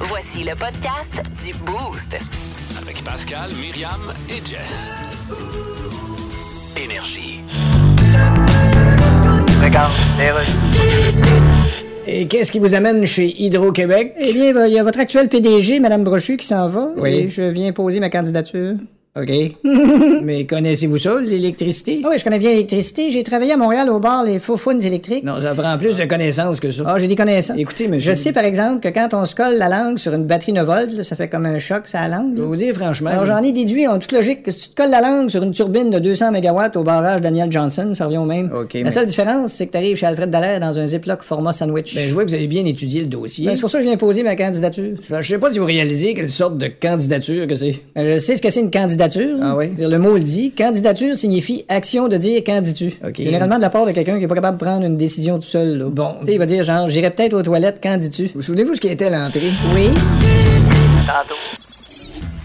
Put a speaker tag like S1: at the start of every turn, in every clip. S1: Voici le podcast du Boost.
S2: Avec Pascal, Myriam et Jess. Énergie.
S3: Et qu'est-ce qui vous amène chez Hydro-Québec?
S4: Eh bien, il y a votre actuel PDG, Mme Brochu, qui s'en va.
S3: Oui.
S4: Et je viens poser ma candidature.
S3: OK. Mais connaissez-vous ça, l'électricité?
S4: Ah oui, je connais bien l'électricité. J'ai travaillé à Montréal au bar Les Faufounes électriques.
S3: Non, ça prend plus de connaissances que ça.
S4: Ah, j'ai des connaissances.
S3: Écoutez, monsieur.
S4: Je sais, par exemple, que quand on se colle la langue sur une batterie 9 volts, là, ça fait comme un choc, ça langue.
S3: Je vais
S4: là.
S3: vous dire franchement.
S4: Alors, j'en ai déduit en toute logique que si tu te colles la langue sur une turbine de 200 MW au barrage Daniel Johnson, ça revient au même.
S3: OK,
S4: la
S3: mais-
S4: seule différence, c'est que tu arrives chez Alfred Dallaire dans un Ziploc format sandwich.
S3: Ben, je vois que vous avez bien étudié le dossier.
S4: Ben, c'est pour ça que je viens poser ma candidature.
S3: Je sais pas si vous réalisez quelle sorte de candidature que c'est.
S4: Ben, je sais ce que c'est une candidature.
S3: Ah oui?
S4: Je veux dire, Le mot le dit. Candidature signifie action de dire candidu.
S3: OK.
S4: Généralement de la part de quelqu'un qui est pas capable de prendre une décision tout seul. là.
S3: Bon.
S4: Tu sais, il va dire genre, j'irai peut-être aux toilettes, candidu.
S3: Vous souvenez-vous ce qui était à l'entrée?
S4: Oui.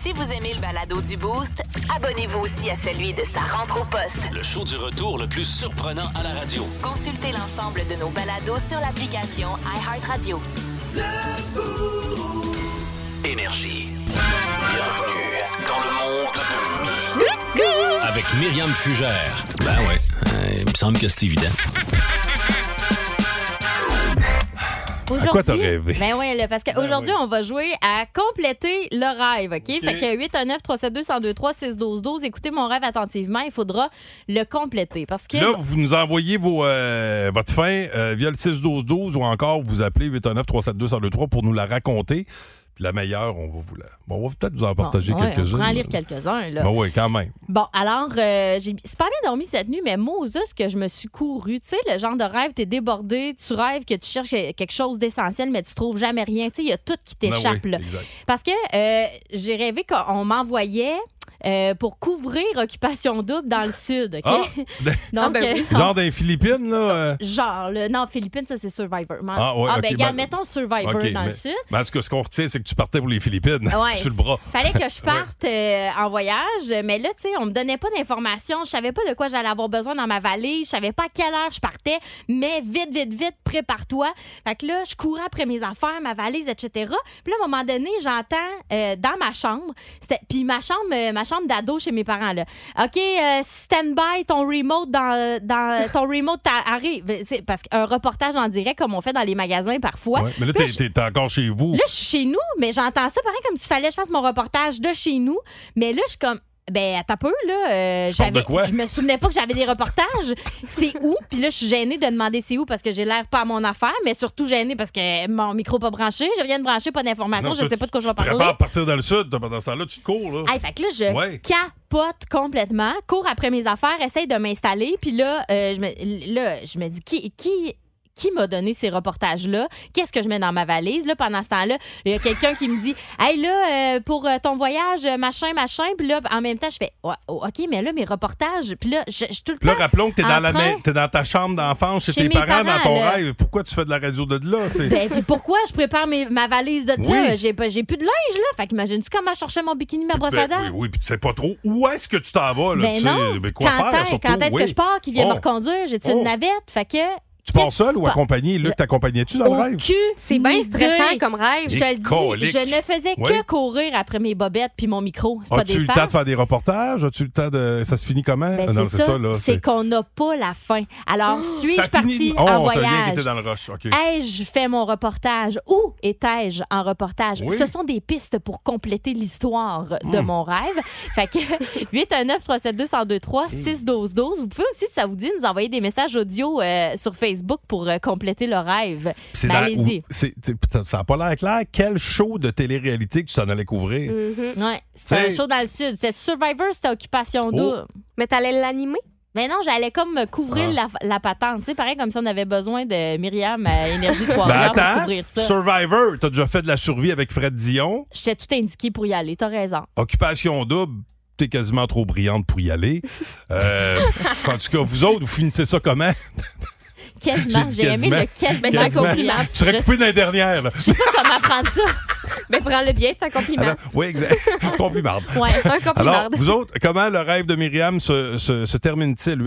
S1: Si vous aimez le balado du Boost, abonnez-vous aussi à celui de sa rentre au poste.
S2: Le show du retour le plus surprenant à la radio.
S1: Consultez l'ensemble de nos balados sur l'application iHeartRadio.
S2: Énergie. Bienvenue dans le monde de Avec Myriam Fugère. Ben ouais, euh, il me semble que c'est évident.
S5: Aujourd'hui,
S6: quoi t'as rêvé?
S5: Ben ouais, là, parce qu'aujourd'hui, on va jouer à compléter le rêve, OK? Fait que 819 372 1023 6 12 12 écoutez mon rêve attentivement, il faudra le compléter parce que
S6: Là, vous nous envoyez vos, euh, votre fin euh, via le 6-12-12 ou encore vous appelez 819-372-1023 pour nous la raconter. Puis la meilleure, on va vous la. Bon, on va peut-être vous en
S5: Bon,
S6: partager
S5: Ah, ouais,
S6: quelques-unes.
S5: on va en lire quelques-uns là.
S6: Ben oui, quand même.
S5: Bon, alors euh, j'ai c'est pas bien dormi cette nuit, mais Moses que je me suis couru, tu sais le genre de rêve t'es débordé, tu rêves que tu cherches quelque chose d'essentiel mais tu trouves jamais rien, tu sais il y a tout qui
S6: Ben oui,
S5: t'échappe là.
S6: exact.
S5: Parce que euh, j'ai rêvé qu'on m'envoyait euh, pour couvrir Occupation Double dans le Sud, OK?
S6: Ah!
S5: Donc, euh,
S6: Genre dans les Philippines, là. euh,
S5: genre, le, non, Philippines, ça, c'est Survivor. Mais-
S6: Ah, ouais, ok,
S5: ben, regarde,
S6: ben-
S5: mettons Survivor
S6: ok,
S5: dans
S6: mais,
S5: le Sud.
S6: mais Ben, en tout cas, ce qu'on retient, c'est que tu partais pour les Philippines.
S5: Ah Ouais.
S6: sur le bras.
S5: Fallait que je parte euh, en voyage, mais là, tu sais, on me donnait pas d'informations. Je savais pas de quoi j'allais avoir besoin dans ma valise. Je savais pas à quelle heure je partais, mais vite, vite, vite, prépare-toi. Fait que là, je courais après mes affaires, ma valise, etc. Puis là, à un moment donné, j'entends euh, dans ma chambre, c'était- puis ma chambre, euh, ma chambre d'ado chez mes parents, là. OK, euh, stand by, ton remote, dans, euh, dans ton remote t'a- arrive. Ben, Tu sais, Parce qu'un reportage en direct, comme on fait dans les magasins parfois.
S6: Ouais, Mais là,
S5: Puis
S6: t'es, t'es- t'es encore chez vous.
S5: Là, je suis chez nous, mais j'entends ça pareil comme s'il fallait que je fasse mon reportage de chez nous. Mais là, je suis comme. Ben, à ta peu, là. euh,
S6: Tu parles de
S5: j'avais-
S6: quoi?
S5: Je me souvenais pas que j'avais des reportages. c'est où? Puis là, je suis gênée de demander c'est où parce que j'ai l'air pas à mon affaire, mais surtout gênée parce que mon micro pas branché. Je viens de brancher, pas d'informations.
S6: Non,
S5: Je
S6: ça,
S5: sais pas de quoi
S6: tu-
S5: je vais
S6: tu te
S5: parler.
S6: prépares à partir dans le Sud. Pendant ce temps-là, tu te cours, là.
S5: Hey, fait que là, je
S6: Ouais.
S5: capote complètement, cours après mes affaires, essaye de m'installer. Puis là, euh, je me, là, je me dis, qui, qui, qui m'a donné ces reportages-là? Qu'est-ce que je mets dans ma valise? Là, pendant ce temps-là, il y a quelqu'un qui me dit, hey, là, euh, pour euh, ton voyage, euh, machin, machin. Puis là, en même temps, je fais, Ouais, oh, OK, mais là, mes reportages. Puis là, je, je suis tout le
S6: Puis là,
S5: temps.
S6: rappelons que t'es dans, la
S5: Après-
S6: main- t'es dans ta chambre d'enfance chez,
S5: Chez
S6: tes
S5: mes
S6: parents, dans
S5: parents,
S6: ton
S5: là.
S6: rêve. Pourquoi tu fais de la radio de là? C'est...
S5: Ben, puis pourquoi je prépare mes- ma valise de
S6: Oui.
S5: là? J'ai pas- j'ai plus de linge, là. Fait qu'imagine-tu comment je cherchais mon bikini, ma brosse à dents?
S6: Ben, oui, oui, puis tu sais pas trop où est-ce que tu t'en vas. Là,
S5: Ben
S6: tu sais,
S5: non.
S6: ben, quoi
S5: quand
S6: faire,
S5: est-
S6: surtout,
S5: quand est-ce que
S6: oui.
S5: je pars qui vient me
S6: Oh.
S5: reconduire? J'ai-tu
S6: Oh.
S5: une navette? Fait que.
S6: Tu pars
S5: qu'est-ce qui
S6: seul
S5: se
S6: ou accompagné?
S5: Je- Oh,
S6: Luc, t'accompagnais-tu dans le
S5: Au
S6: rêve?
S5: cul,
S7: C'est bien stressant
S5: idée.
S7: comme rêve.
S5: Je te le dis,
S6: Colique.
S5: je ne faisais
S6: Oui.
S5: que courir après mes bobettes puis mon micro. C'est pas
S6: As-tu eu
S5: des
S6: le temps de
S5: femmes.
S6: faire des reportages? As-tu eu le temps de. Ça se finit comment?
S5: Ben,
S6: Ah, non,
S5: c'est ça,
S6: là.
S5: c'est qu'on n'a pas la fin. Alors, suis-je
S6: Ça
S5: partie
S6: finit- Oh,
S5: en
S6: t'as bien
S5: voyage?
S6: été dans le rush. OK.
S5: Ai-je fait mon reportage? Où étais-je en reportage?
S6: Oui. Hmm.
S5: Ce sont des pistes pour compléter l'histoire de mon rêve. Fait que 819 372 1023 6 12 12 Vous pouvez aussi, si ça vous dit, nous envoyer des messages audio euh, sur Facebook pour euh, compléter le rêve.
S6: C'est
S5: Ben,
S6: dans-
S5: Allez-y.
S6: ou- c'est- c'est- putain, Ça n'a pas l'air clair. Quel show de télé-réalité que tu t'en allais couvrir?
S5: Ouais, c'est un
S6: T'sais-
S5: show dans le sud. Cette Survivor, c'était Occupation
S6: Oh.
S5: double.
S7: Mais t'allais l'animer?
S5: Mais non, j'allais comme me couvrir
S6: Ah.
S5: la, la patente. Tu sais, pareil comme si on avait besoin de Myriam à Énergie
S6: Ben
S5: Trois-Rivières pour
S6: attends,
S5: couvrir ça.
S6: Survivor, t'as déjà fait de la survie avec Fred Dion.
S5: J'étais tout indiqué pour y aller. T'as raison.
S6: Occupation double, t'es quasiment trop brillante pour y aller. Euh, en tout cas, vous autres, vous finissez ça comment?
S5: Quasiment.
S6: J'ai dit
S5: J'ai aimé
S6: quasiment.
S5: le quasiment, Ben,
S6: Quasiment.
S5: compliment.
S6: Tu
S5: Je-
S6: serais coupé dans les dernières. là.
S5: Je sais pas comment prendre ça.
S7: Ben, prends-le bien, c'est un compliment.
S6: Alors, oui, exact. Compliment.
S7: Ouais, c'est un compliment.
S6: Alors, vous autres, comment le rêve de Myriam se, se- se termine-t-il?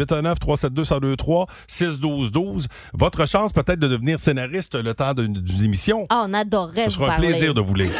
S6: 819-372-1023-612-12. Votre chance peut-être de devenir scénariste le temps d'une d'une émission.
S5: Ah, on adorerait
S6: Ce
S5: vous
S6: sera un
S5: parler. Ben
S6: plaisir de vous lire.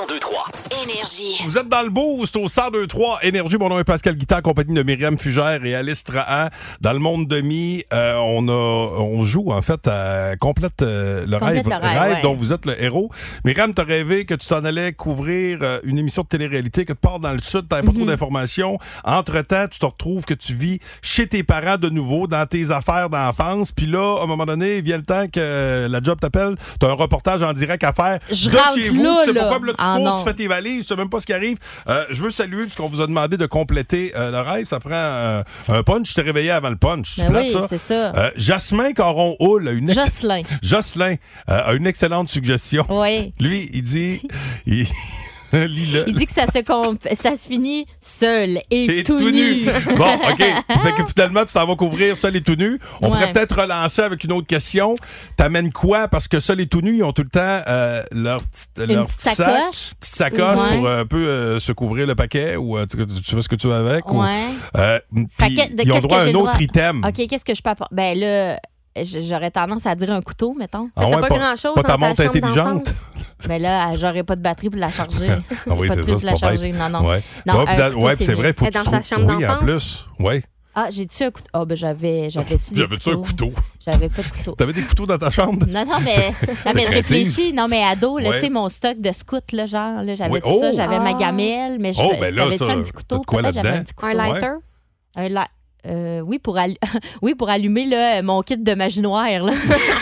S2: 1023.
S1: Énergie.
S6: Vous êtes dans le boost au 1023 Énergie. Mon nom est Pascal Guitard, en compagnie de Myriam Fugère et Alice Trahan. Dans le monde de mi, euh, on, a, on joue en fait à Complète euh, le
S5: Complète
S6: rêve,
S5: le rêve, ouais.
S6: dont vous êtes le héros. Myriam, t'as rêvé que tu t'en allais couvrir euh, une émission de télé-réalité que tu pars dans le sud, t'avais
S5: Mhm.
S6: pas trop d'informations. Entre-temps, tu te retrouves que tu vis chez tes parents de nouveau, dans tes affaires d'enfance. Puis là, à un moment donné, vient le temps que euh, la job t'appelle, t'as un reportage en direct à faire
S5: Je
S6: de
S5: rentre
S6: chez vous.
S5: là,
S6: tu sais
S5: là.
S6: pas quoi, puis là, tu
S5: Ah
S6: cours,
S5: non.
S6: tu fais tes valises, tu sais même pas ce qui arrive. Euh, je veux saluer puisqu'on vous a demandé de compléter euh, le rêve. Ça prend euh, un punch. Je t'ai réveillé avant le punch. C'est
S5: Ben
S6: plate,
S5: oui,
S6: ça.
S5: c'est ça.
S6: Euh, Jasmin Caron-Houle a une ex-
S5: Jocelyn.
S6: Jocelyn, euh, a une excellente suggestion.
S5: Oui.
S6: Lui, il dit. Il... Lis-le.
S5: Il dit que ça se, comp- ça se finit seul et,
S6: Et
S5: tout, nu.
S6: bon, OK. Fait que finalement, tu t'en vas couvrir seul et tout nu. On
S5: Ouais.
S6: pourrait peut-être relancer avec une autre question. T'amènes quoi? Parce que seul et tout nu, ils ont tout le temps euh, leur, petite-
S5: Une
S6: leur
S5: petite
S6: petit sac.
S5: sacoche.
S6: petite sacoche
S5: Ouais.
S6: pour euh, un peu euh, se couvrir le paquet ou euh, tu, tu fais ce que tu veux avec. Ou,
S5: Ouais.
S6: euh, puis
S5: Paquet de-
S6: ils ont
S5: qu'est-ce
S6: droit
S5: que
S6: à
S5: j'ai
S6: un
S5: le
S6: autre
S5: droit?
S6: item. Ah
S5: OK, qu'est-ce que je peux apporter? Ben là, j- j'aurais tendance à dire un couteau, mettons.
S6: Ah
S7: T'as
S6: ouais,
S7: pas,
S6: pas-
S7: grand-chose
S6: Pas ta
S7: dans
S6: montre
S7: chambre
S6: intelligente.
S5: Mais là, j'aurais pas de batterie pour la charger.
S6: Ah oui,
S5: pas de
S6: c'est
S5: prise pour
S6: ça,
S5: la
S6: c'est pas bête.
S5: charger. Non, non.
S6: Ouais.
S5: Non,
S6: Ouais, puis
S5: un
S6: dans-
S5: couteau,
S6: ouais, puis
S5: c'est
S6: c'est vrai,
S5: mieux.
S6: faut
S7: C'est
S6: que tu
S7: dans sa
S6: trouves-
S7: chambre
S6: Oui, en
S7: d'enfance.
S6: plus. Ouais.
S5: Ah, j'ai-tu un couteau? Ah, ben j'avais. J'avais-tu des
S6: T'avais-tu un
S5: couteaux?
S6: couteau?
S5: J'avais pas de couteau.
S6: T'avais des couteaux dans ta chambre?
S5: Non, non, mais, non, mais je
S6: craintive.
S5: réfléchis. Non, mais ado, là,
S6: Ouais.
S5: tu sais, mon stock de scout, là, genre, là, j'avais
S6: Ouais.
S5: tout ça,
S6: Oh!
S5: j'avais ma
S7: Ah.
S5: gamelle, mais je-
S6: Oh, ben là,
S5: j'avais-tu
S6: ça,
S5: un petit
S6: t'as
S5: couteau,
S6: de quoi
S5: peut-être j'avais
S6: là-dedans?
S5: un petit couteau.
S7: d'enfance. Un lighter?
S5: Un la- euh, oui, pour allu- oui, pour allumer là, mon kit de magie noire, là.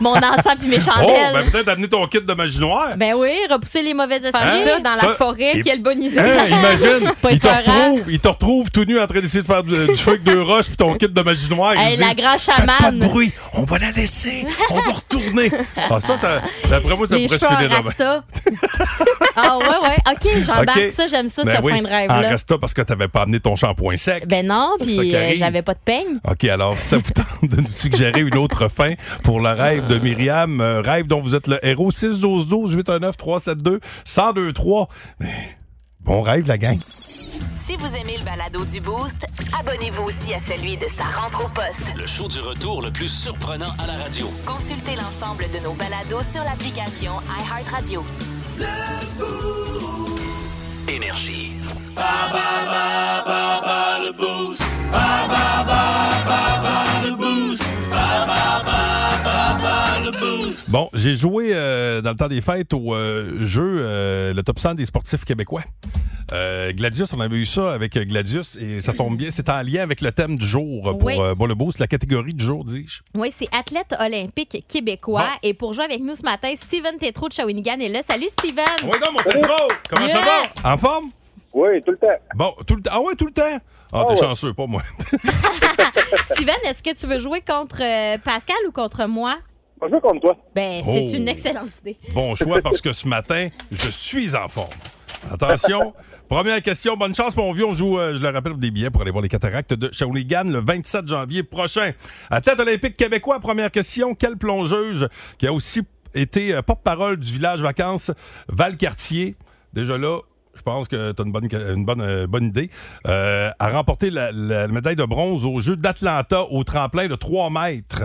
S5: mon ensemble et mes
S6: Oh,
S5: chandelles.
S6: ben peut-être amener ton kit de magie noire.
S5: Ben oui, repousser les mauvais esprits.
S6: Hein?
S7: Ça, dans
S6: Ça-
S7: la forêt,
S6: et-
S7: quelle bonne idée.
S6: Hein, imagine,
S5: Pas
S6: il te
S5: épeurant.
S6: retrouve, il te retrouve tout nu en train d'essayer de faire du, du feu avec deux roches puis ton kit de magie noire.
S5: Hey,
S6: Ils
S5: la
S6: disent,
S5: grande
S6: Faites pas de
S5: chamane.
S6: bruit, on va la laisser, on va retourner. Ah, ça, ça, d'après moi, ça
S5: les
S6: pourrait
S5: cheveux
S6: se finir
S5: en
S6: demain.
S5: rasta. ah ouais, ouais. OK, j'embarque
S6: Ok.
S5: ça. J'aime ça,
S6: Ben
S5: ce
S6: oui,
S5: point de
S6: En
S5: rêve-là.
S6: resta parce que t'avais pas amené ton shampoing sec.
S5: Ben non,
S6: ça qui
S5: puis euh,
S6: arrive.
S5: j'avais pas de peigne.
S6: OK, alors, ça vous tente de nous suggérer une autre fin pour le rêve de Myriam, euh, rêve dont vous êtes le héros, 6 12 12 819 372 1023. Mais Ben, bon rêve, la gang.
S1: Si vous aimez le balado du Boost, abonnez-vous aussi à celui de sa rentre au poste.
S2: Le show du retour le plus surprenant à la radio.
S1: Consultez l'ensemble de nos balados sur l'application iHeartRadio.
S2: Énergie.
S6: Bon, j'ai joué euh, dans le temps des fêtes au euh, jeu euh, le top 100 des sportifs québécois. Euh, Gladius, on avait eu ça avec euh, Gladius et ça tombe bien, c'est en lien avec le thème du jour pour
S5: Oui.
S6: euh, bon, le boost, la catégorie du jour, dis-je.
S5: Oui, c'est athlète olympique québécois.
S6: Bon.
S5: Et pour jouer avec nous ce matin, Steven Tétrault de Shawinigan est là. Salut, Steven!
S6: Ah Oui, non, mon tétro! Comment ça
S5: Yes!
S6: va? En forme?
S8: Oui, tout le temps.
S6: Bon, tout le temps. Ah ouais, tout le temps? Ah, t'es
S8: ouais.
S6: chanceux, pas moi.
S5: Steven, est-ce que tu veux jouer contre euh, Pascal ou contre moi?
S8: Moi, je veux contre toi.
S5: Ben, c'est
S6: Oh.
S5: une excellente idée.
S6: Bon choix parce que ce matin, je suis en forme. Attention. Première question. Bonne chance, mon vieux. On joue, euh, je le rappelle, pour des billets pour aller voir les cataractes de Shawinigan le 27 janvier prochain. Athlète olympique québécois, première question. Quelle plongeuse qui a aussi été euh, porte-parole du village vacances Valcartier? Déjà là, je pense que tu as une bonne, une bonne, euh, bonne idée. Euh, a remporté la, la médaille de bronze aux Jeux d'Atlanta au tremplin de 3 mètres.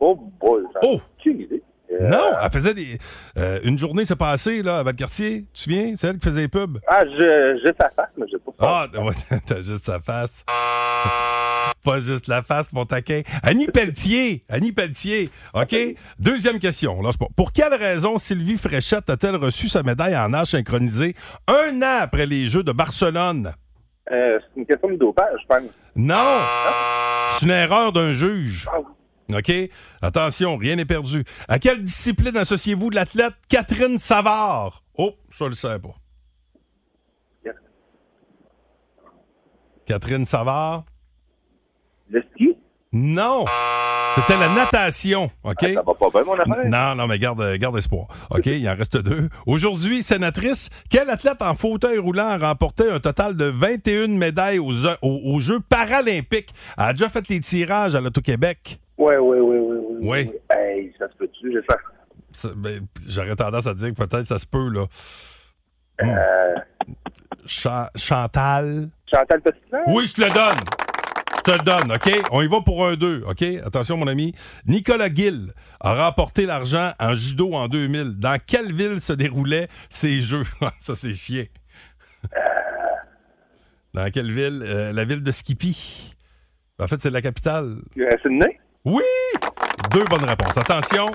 S8: Oh, boy. j'en ai
S6: Oh!
S8: Aucune idée. Euh,
S6: Non, elle faisait des. euh, une journée s'est passée, là, à Valcartier. Tu te souviens? C'est elle qui faisait les pubs.
S8: Ah, je, j'ai ta face, mais j'ai pas
S6: Ah, ouais, t'as juste sa face. Pas juste la face, mon taquin. Annie Pelletier. Annie Pelletier. OK? Deuxième question. Lâche pas. Pour quelle raison Sylvie Fréchette a-t-elle reçu sa médaille en nage synchronisée un an après les Jeux de Barcelone?
S8: Euh, c'est une question de dopage, je pense.
S6: Non! C'est une erreur d'un juge.
S8: Ah,
S6: OK? Attention, rien n'est perdu. À quelle discipline associez-vous de l'athlète Catherine Savard? Oh, ça, je le sais pas. Catherine Savard?
S8: le ski?
S6: Non! C'était la natation, OK?
S8: Ah, ça va pas bien, mon affaire?
S6: Non, non, mais garde, garde espoir. OK, il en reste deux. Aujourd'hui, sénatrice, quel athlète en fauteuil roulant a remporté un total de 21 médailles aux, aux- aux Jeux paralympiques? Elle a déjà fait les tirages à l'Auto-Québec.
S8: Ouais, ouais, ouais, ouais.
S6: Oui.
S8: Hey, ça se peut-tu, j'ai ça.
S6: ça- ben, j'aurais tendance à dire que peut-être ça se peut, là.
S8: Euh,
S6: Cha- Chantal.
S8: Chantal Petitland?
S9: Hein?
S6: Oui, je te le donne. Je te le donne, OK? On y va pour un 2, OK? Attention, mon ami. Nicolas Gill a remporté l'argent en judo en 2000. Dans quelle ville se déroulaient ces Jeux? Ah, Ça, c'est chiant. Dans quelle ville? Euh, la ville de Skippy. En fait, c'est la capitale.
S8: Euh, Sydney?
S6: Oui! Deux bonnes réponses. Attention.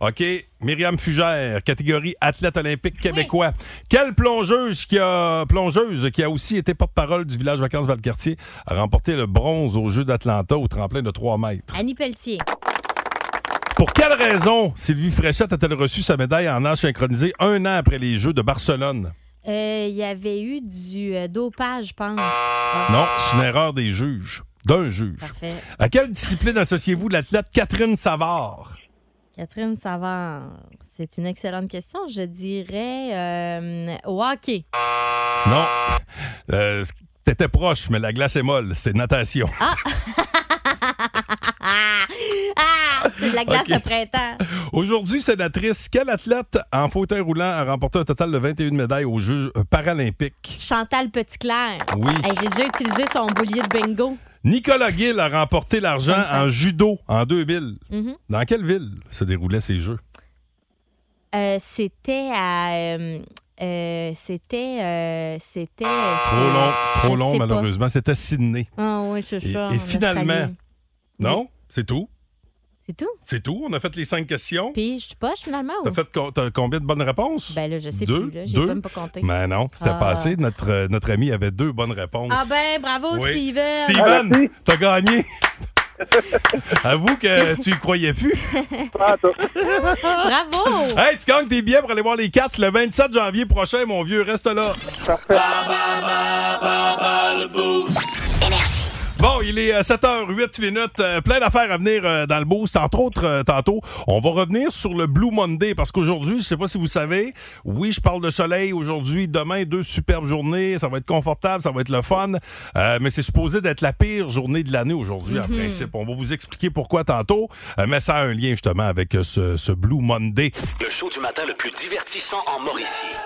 S6: OK. Myriam Fugère, catégorie athlète olympique québécois. Quelle plongeuse qui a, plongeuse qui a aussi été porte-parole du village vacances Valcartier a remporté le bronze aux Jeux d'Atlanta au tremplin de 3 mètres?
S5: Annie Pelletier.
S6: Pour quelle raison Sylvie Fréchette a-t-elle reçu sa médaille en nage synchronisé un an après les Jeux de Barcelone?
S5: Euh, Il y avait eu du euh, dopage, je pense.
S6: Non, c'est une erreur des juges. D'un juge.
S5: Parfait.
S6: À quelle discipline associez-vous l'athlète Catherine Savard?
S5: Catherine Savard, c'est une excellente question. Je dirais euh, au hockey.
S6: Non. Euh, T'étais proche, mais la glace est molle. C'est natation.
S5: Ah! Ah! C'est de la glace
S6: Ok.
S5: de printemps.
S6: Aujourd'hui, sénatrice, quel athlète en fauteuil roulant a remporté un total de 21 médailles aux Jeux euh, paralympiques?
S5: Chantal Petitclerc.
S6: Oui.
S5: Hey, J'ai déjà utilisé son boulier de bingo.
S6: Nicolas Gill a remporté l'argent en judo en 2000.
S5: Mhm.
S6: Dans quelle ville se déroulaient ces Jeux?
S5: Euh, c'était à. euh, euh, c'était. euh, c'était.
S6: Trop long, trop long,
S5: sais pas.
S6: malheureusement. C'était Sydney.
S5: Ah oui, c'est
S6: Et-
S5: ça.
S6: et
S5: en
S6: finalement-
S5: Australie.
S6: Non? C'est tout?
S5: C'est tout.
S6: C'est tout? On a fait les cinq questions?
S5: Puis oh. je suis poche finalement.
S6: T'as
S5: ou-
S6: fait co- t'as combien de bonnes réponses?
S5: Ben là, je sais
S6: Deux,
S5: plus. là. J'ai
S6: deux.
S5: pas même pas compté.
S6: Mais non, c'était
S5: Ah.
S6: passé. Notre, euh, notre ami avait deux bonnes réponses.
S5: Ah ben, bravo,
S6: Oui.
S5: Steven.
S6: Steven, t'as gagné. Avoue que tu y croyais plus.
S8: Ah, toi.
S5: Bravo.
S6: Hey, tu gagnes tes billets pour aller voir les Cats le 27 janvier prochain, mon vieux. Reste là. Bon, il est euh, 7h08 minutes. Euh, plein d'affaires à venir euh, dans le boost. Entre autres, euh, tantôt, on va revenir sur le Blue Monday parce qu'aujourd'hui, je sais pas si vous savez, oui, je parle de soleil aujourd'hui, demain, deux superbes journées. Ça va être confortable, ça va être le fun. Euh, mais c'est supposé d'être la pire journée de l'année aujourd'hui, en principe. On va vous expliquer pourquoi tantôt. Euh, mais ça a un lien justement avec euh, ce, ce Blue Monday.
S2: Le show du matin le plus divertissant en Mauricie.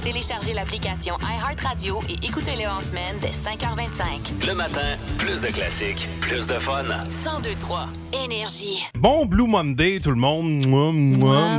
S1: Téléchargez l'application iHeartRadio et écoutez-le en semaine dès 5h25.
S2: Le matin, plus de classiques, plus de fun.
S1: 1023 Énergie.
S6: Bon Blue Monday, tout le monde. Mouah, mouah,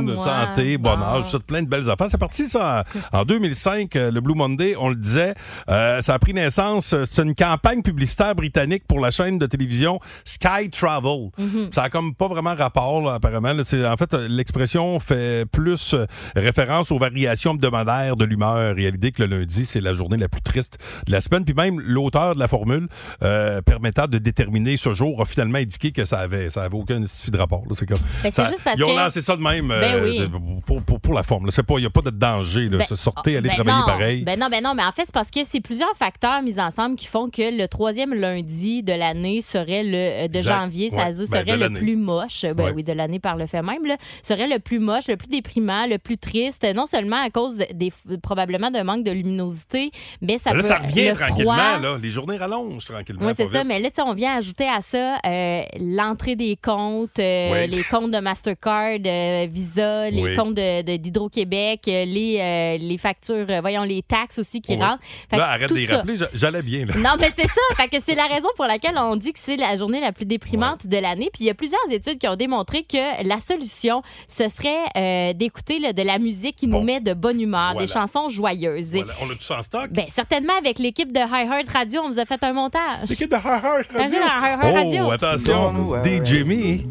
S5: Mouah, mouah.
S6: santé, bonheur,
S5: Ah.
S6: je vous souhaite plein de belles affaires. C'est parti, ça, en en 2005, euh, le Blue Monday, on le disait, euh, ça a pris naissance. euh, C'est une campagne publicitaire britannique pour la chaîne de télévision Sky Travel.
S5: Mhm.
S6: Ça a comme pas vraiment rapport, là, apparemment. là. C'est- En fait, euh, l'expression fait plus euh, référence aux variations hebdomadaires de l'humeur et à l'idée que le lundi, c'est la journée la plus triste de la semaine. Puis même l'auteur de la formule euh, permettant de déterminer ce jour a finalement indiqué que ça avait, ça avait aucun esti de rapport. là. C'est comme.
S5: Ben, c'est
S6: ça-
S5: juste parce
S6: ils ont
S5: que-
S6: lancé ça de même euh,
S5: Ben oui.
S6: de- pour, pour- pour la forme. là. C'est pas- Il n'y a pas de danger. là.
S5: Ben,
S6: Se sortez, allez
S5: Ben
S6: travailler
S5: non.
S6: pareil.
S5: Ben non, ben non, mais en fait, c'est parce que c'est plusieurs facteurs mis ensemble qui font que le troisième lundi de l'année serait le euh, de
S6: Exact.
S5: janvier, ça veut
S6: Ouais.
S5: dire,
S6: Ben, de
S5: serait le
S6: l'année.
S5: plus moche. Ben
S6: Ouais.
S5: oui, de l'année par le fait même, là, serait le plus moche, le plus déprimant, le plus triste, non seulement à cause de- des probablement d'un manque de luminosité, mais ça
S6: Ben là,
S5: peut
S6: ça revient
S5: le
S6: tranquillement.
S5: froid.
S6: là. Les journées rallongent tranquillement.
S5: Oui, c'est
S6: pas
S5: ça.
S6: vite.
S5: Mais là, tu sais, on vient ajouter à ça euh, l'entrée des comptes, euh,
S6: Oui.
S5: les comptes de Mastercard, euh, Visa, les
S6: Oui.
S5: comptes de- de- d'Hydro-Québec, euh, les, euh, les factures, euh, voyons, les taxes aussi qui
S6: Oui.
S5: rentrent. Fait
S6: Là,
S5: que
S6: arrête
S5: tout
S6: de les
S5: ça.
S6: rappeler. j'a- J'allais bien. là.
S5: Non, mais c'est ça. Fait que c'est la raison pour laquelle on dit que c'est la journée la plus déprimante de l'année. Puis il y a plusieurs études qui ont démontré que la solution, ce serait euh, d'écouter là, de la musique qui
S6: Bon.
S5: nous met de bonne humeur,
S6: Voilà.
S5: des chansons joyeuses.
S6: Voilà, On a tout ça en stock.
S5: Bien, certainement, avec l'équipe de High Heart Radio, on vous a fait un montage.
S6: L'équipe de Hard Hard Radio.
S5: Bienvenue dans Hard Hard Radio.
S6: Oh, attention. DJ Me.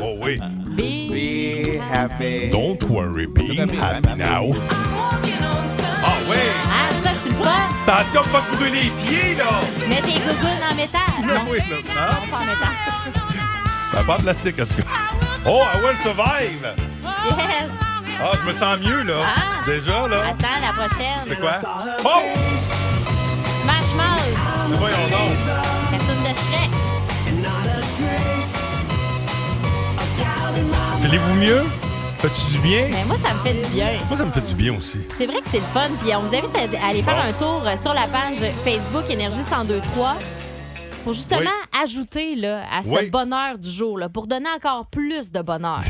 S6: Oh oui. Don't worry, be happy now. Ah oui.
S5: Ah, ça, c'est le fun!
S6: Attention, pas de brûler les pieds, là.
S5: Mets tes gougounes en métal!
S6: Là,
S5: Non,
S6: oui, là. Ah,
S5: pas en métal.
S6: ben, pas de plastique, en tout cas. Oh, I will survive.
S5: Yes!
S6: Ah, je me sens mieux, là.
S5: Ah.
S6: Déjà, là.
S5: Attends, la prochaine.
S6: C'est quoi? Oh!
S5: Smash Mouth,
S6: Voyons donc.
S5: la tune de Shrek.
S6: Filez-vous mieux? Fais-tu du bien?
S5: Mais moi, ça me fait du bien.
S6: Moi, ça me fait du bien aussi.
S5: C'est vrai que c'est le fun. euh, Puis on vous invite à à aller faire un tour euh, sur la page Facebook Énergie 1023. Pour justement ajouter là, à ce
S6: Oui.
S5: bonheur du jour, là, pour donner encore plus de bonheur.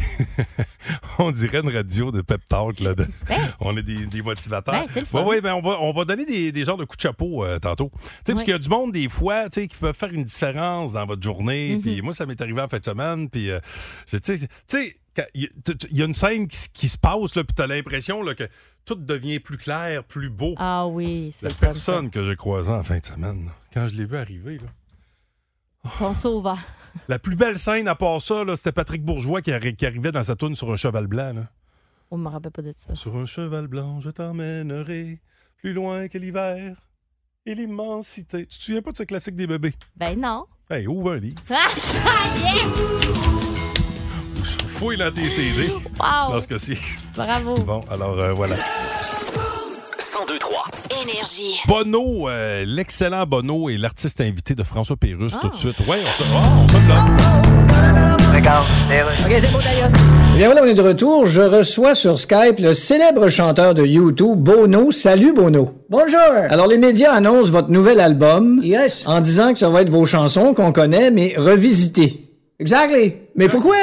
S6: On dirait une radio de pep talk. Là, de- On est des, des motivateurs.
S5: Ben, c'est le fun.
S6: Ouais, ouais, ben, on, va, on va donner des, des genres de coups de chapeau euh, tantôt. Tu sais, Parce
S5: Ouais.
S6: qu'il y a du monde, des fois, tu sais, qui peut faire une différence dans votre journée.
S5: Mm-hmm.
S6: Puis moi, ça m'est arrivé en fin de semaine. Puis, euh, je- tu sais, tu sais, quand il y a- tu- tu- il y a une scène qui, s- qui se passe, là, puis tu as l'impression là, que tout devient plus clair, plus beau.
S5: Ah oui, c'est
S6: La
S5: le fun. ça.
S6: personne que j'ai croisée en fin de semaine, là, quand je l'ai vue arriver, là,
S5: Ton sauveur.
S6: la plus belle scène à part ça, là, c'était Patrick Bourgeois qui, arri- qui arrivait dans sa toune sur un cheval blanc. là.
S5: On Oh, me rappelle pas de ça.
S6: Sur un cheval blanc, je t'emmènerai plus loin que l'hiver et l'immensité. Tu te souviens pas de ce classique des bébés?
S5: Ben non.
S6: Hey, ouvre un livre.
S5: Ah, yes!
S6: Fouille dans tes CD.
S5: Wow!
S6: Dans ce cas-ci.
S5: Bravo!
S6: Bon, alors euh, voilà.
S2: 1023.
S1: Énergie.
S6: Bono, euh, l'excellent Bono et l'artiste invité de François Pérusse tout de
S5: Ah.
S6: suite. Ouais, on se. Oh, on se bloque.
S3: OK, c'est beau, ta gueule.
S4: Eh bien voilà, on est de retour. Je reçois sur Skype le célèbre chanteur de YouTube, Bono. Salut Bono.
S3: Bonjour.
S4: Alors les médias annoncent votre nouvel album
S3: Yes.
S4: en disant que ça va être vos chansons qu'on connaît, mais revisitées.
S3: Exactly.
S4: Mais pourquoi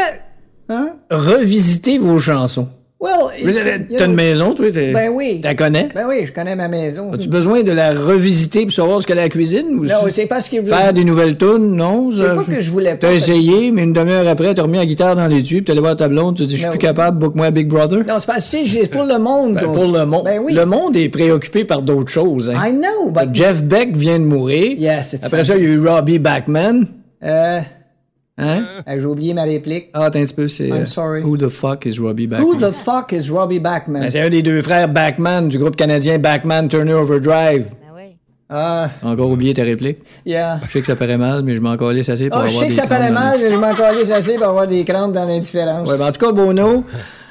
S3: Hein?
S4: revisiter vos chansons?
S3: Well,
S4: Vous
S3: it's-
S4: avez-
S3: you
S4: T'as une
S3: know-
S4: maison, toi? t'es-
S3: Ben oui.
S4: T'as connais?
S3: Ben oui, je connais ma maison.
S4: As-tu besoin de la revisiter pour savoir ce qu'elle a à la cuisine? Ou
S3: Non, c'est pas ce qu'il
S4: faire
S3: voulait.
S4: des nouvelles tunes, non?
S3: C'est
S4: ça-
S3: pas que je voulais pas.
S4: T'as essayé, mais une demi-heure après, t'as remis la guitare dans l'étui, puis t'es allé voir ta blonde, tu dis, je suis
S3: Non.
S4: plus capable, book-moi Big Brother.
S3: Non, c'est pas c'est j'ai- pour le monde.
S4: Ben,
S3: donc.
S4: pour le monde.
S3: Ben oui.
S4: Le monde est préoccupé par d'autres choses. hein.
S3: I know, but.
S4: Jeff Beck vient de mourir.
S3: Yes, it's
S4: Après ça, il y a eu Robbie Backman.
S3: Euh,
S4: Hein?
S3: j'ai oublié ma réplique.
S4: Ah, attends un petit peu, c'est.
S3: I'm
S4: euh,
S3: sorry.
S4: Who the fuck is Robbie Backman?
S3: Who the fuck is Robbie Backman?
S4: Ben, c'est un des deux frères Backman du groupe canadien Backman Turner Overdrive.
S5: Ben oui.
S3: Ah,
S4: Encore oublié ta réplique.
S3: yeah.
S4: Je sais que ça paraît mal, mais Ah, je m'en calisse assez pour
S3: Oh,
S4: avoir
S3: je sais que
S4: des
S3: ça
S4: crampes
S3: paraît
S4: dans
S3: mal,
S4: le-
S3: je vais m'en coller assez pour avoir des crampes dans l'indifférence.
S4: Ouais, ben, en tout cas, Bono.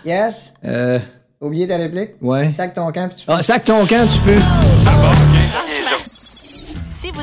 S3: Yes?
S4: Euh,
S3: Oublié ta réplique?
S4: ouais.
S3: Sac ton camp pis tu
S4: Ah, sac ton camp, tu peux.
S1: Si vous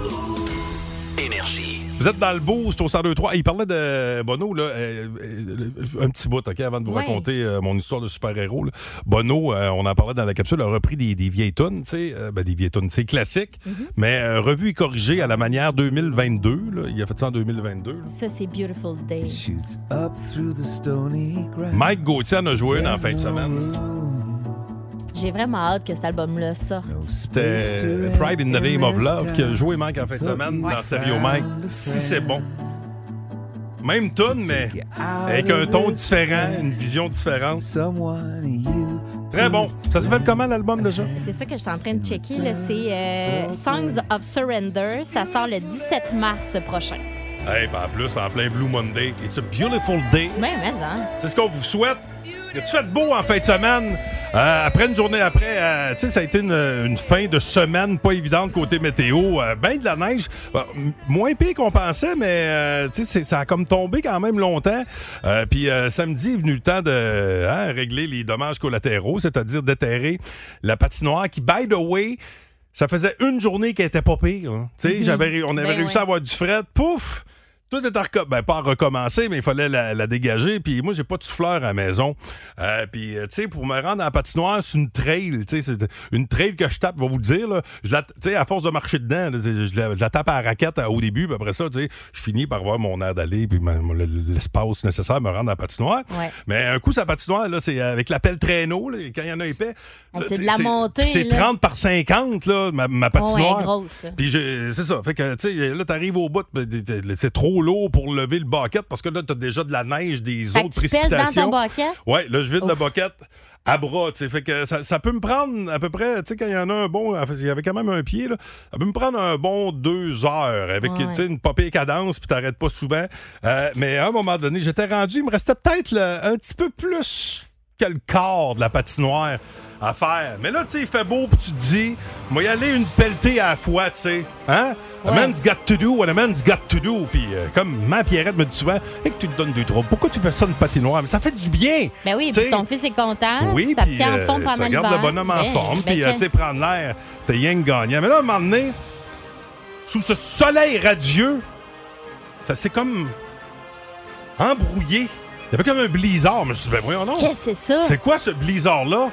S2: Énergie.
S6: Vous êtes dans le boost au 1023. Il parlait de Bono, là, euh, euh, un petit bout, OK, avant de vous
S5: Ouais.
S6: raconter euh, mon histoire de super-héros. là. Bono, euh, on en parlait dans la capsule, a repris des, des vieilles tunes, tu sais, euh, ben, des vieilles tunes, c'est classique, mais euh, revu et corrigé à la manière 2022. là. Il a fait ça en 2022. là.
S5: Ça, c'est Beautiful Day.
S10: shoots up through the stony ground.
S6: Mike Gauthier en a joué une en fin de semaine.
S5: J'ai vraiment hâte que cet album-là sorte.
S6: Ben C'était Pride in the Name of Love qui a joué Mike en fin de semaine dans Stereo Mike. Si c'est bon. Même tune, mais avec un ton différent, une vision différente.
S10: Someone you
S6: Très bon. Ça s'appelle comment l'album déjà?
S5: C'est ça que je suis en train
S6: Ben
S5: de checker. là. C'est euh, Songs of Surrender. Ça sort le 17 mars prochain.
S6: Eh ben en plus, en plein Blue Monday. It's a beautiful day.
S5: Ben, mais, hein?
S6: C'est ce qu'on vous souhaite. Que tu fais de beau en fin de semaine. Euh, après une journée après, euh, tu sais, ça a été une, une fin de semaine pas évidente côté météo. Euh, ben de la neige. Bah, m- moins pire qu'on pensait, mais euh, tu sais, c'est- ça a comme tombé quand même longtemps. Euh, Puis euh, samedi est venu le temps de hein, régler les dommages collatéraux, c'est-à-dire déterrer la patinoire qui, by the way, ça faisait une journée qu'elle était pas pire. hein. Tu sais, j'avais ré- on avait
S5: Ben
S6: réussi
S5: ouais.
S6: à avoir du fret. Pouf! Tout est à reco- ben, pas à recommencer, mais il fallait la, la dégager. Puis moi, j'ai pas de souffleur à la maison. Euh, puis, euh, tu sais, pour me rendre à la patinoire, c'est une trail. Tu sais, c'est une trail que je tape, va vous le dire. Là, je la, tu sais, à force de marcher dedans, là, je, je la, je la tape à la raquette euh, au début. Puis après ça, tu sais, je finis par avoir mon air d'aller, puis ma- mon- le- l'espace nécessaire à me rendre à la patinoire.
S5: Ouais.
S6: Mais un coup, sa patinoire, là, c'est avec l'appel traîneau, là, quand il y en a épais.
S5: Ah,
S6: là,
S5: c'est de
S6: tu
S5: la
S6: sais,
S5: montée,
S6: C'est
S5: là.
S6: 30 par 50, là, ma, ma patinoire.
S5: Oh, elle est grosse. là.
S6: Puis j'ai- c'est ça. Fait que, tu sais, là, t'arrives au bout, ben, t'es- t'es- c'est trop lourd pour lever le bucket parce que là, t'as déjà de la neige, des
S5: Fait
S6: autres
S5: que tu pèles dans
S6: précipitations.
S5: ton baquet.
S6: ouais, là, je vide le
S5: Ouf.
S6: bucket à bras, tu sais. Fait que ça, ça peut me prendre à peu près, tu sais, quand il y en a un bon, en fait, il y avait quand même un pied, là, ça peut me prendre un bon deux heures avec,
S5: Ouais.
S6: tu sais, une popée cadence, puis t'arrêtes pas souvent. Euh, mais à un moment donné, j'étais rendu, il me restait peut-être là, un petit peu plus que le corps de la patinoire à faire. Mais là, tu sais, il fait beau, puis tu te dis, moi, y aller une pelletée à la fois, tu sais. Hein? A
S5: Ouais.
S6: man's got to do what a man's got to do. Puis euh, comme ma Pierrette me dit souvent, et que tu te donnes du trouble, pourquoi tu fais ça une patinoire? Mais ça fait du bien!
S5: Ben oui,
S6: T'sais,
S5: puis ton fils est content.
S6: Oui,
S5: Hein? ça te
S6: puis,
S5: tient en
S6: euh,
S5: forme
S6: ça
S5: pendant
S6: garde le
S5: l'hiver.
S6: bonhomme en
S5: Ben,
S6: forme,
S5: ben
S6: puis euh,
S5: quand-
S6: tu sais, prendre l'air, t'es rien que gagnant. Mais là, à un moment donné, sous ce soleil radieux, ça c'est comme embrouillé. Il y avait comme un blizzard. Je me suis dit, ben voyons non.
S5: Qu'est-ce que c'est ça?
S6: C'est quoi ce blizzard-là?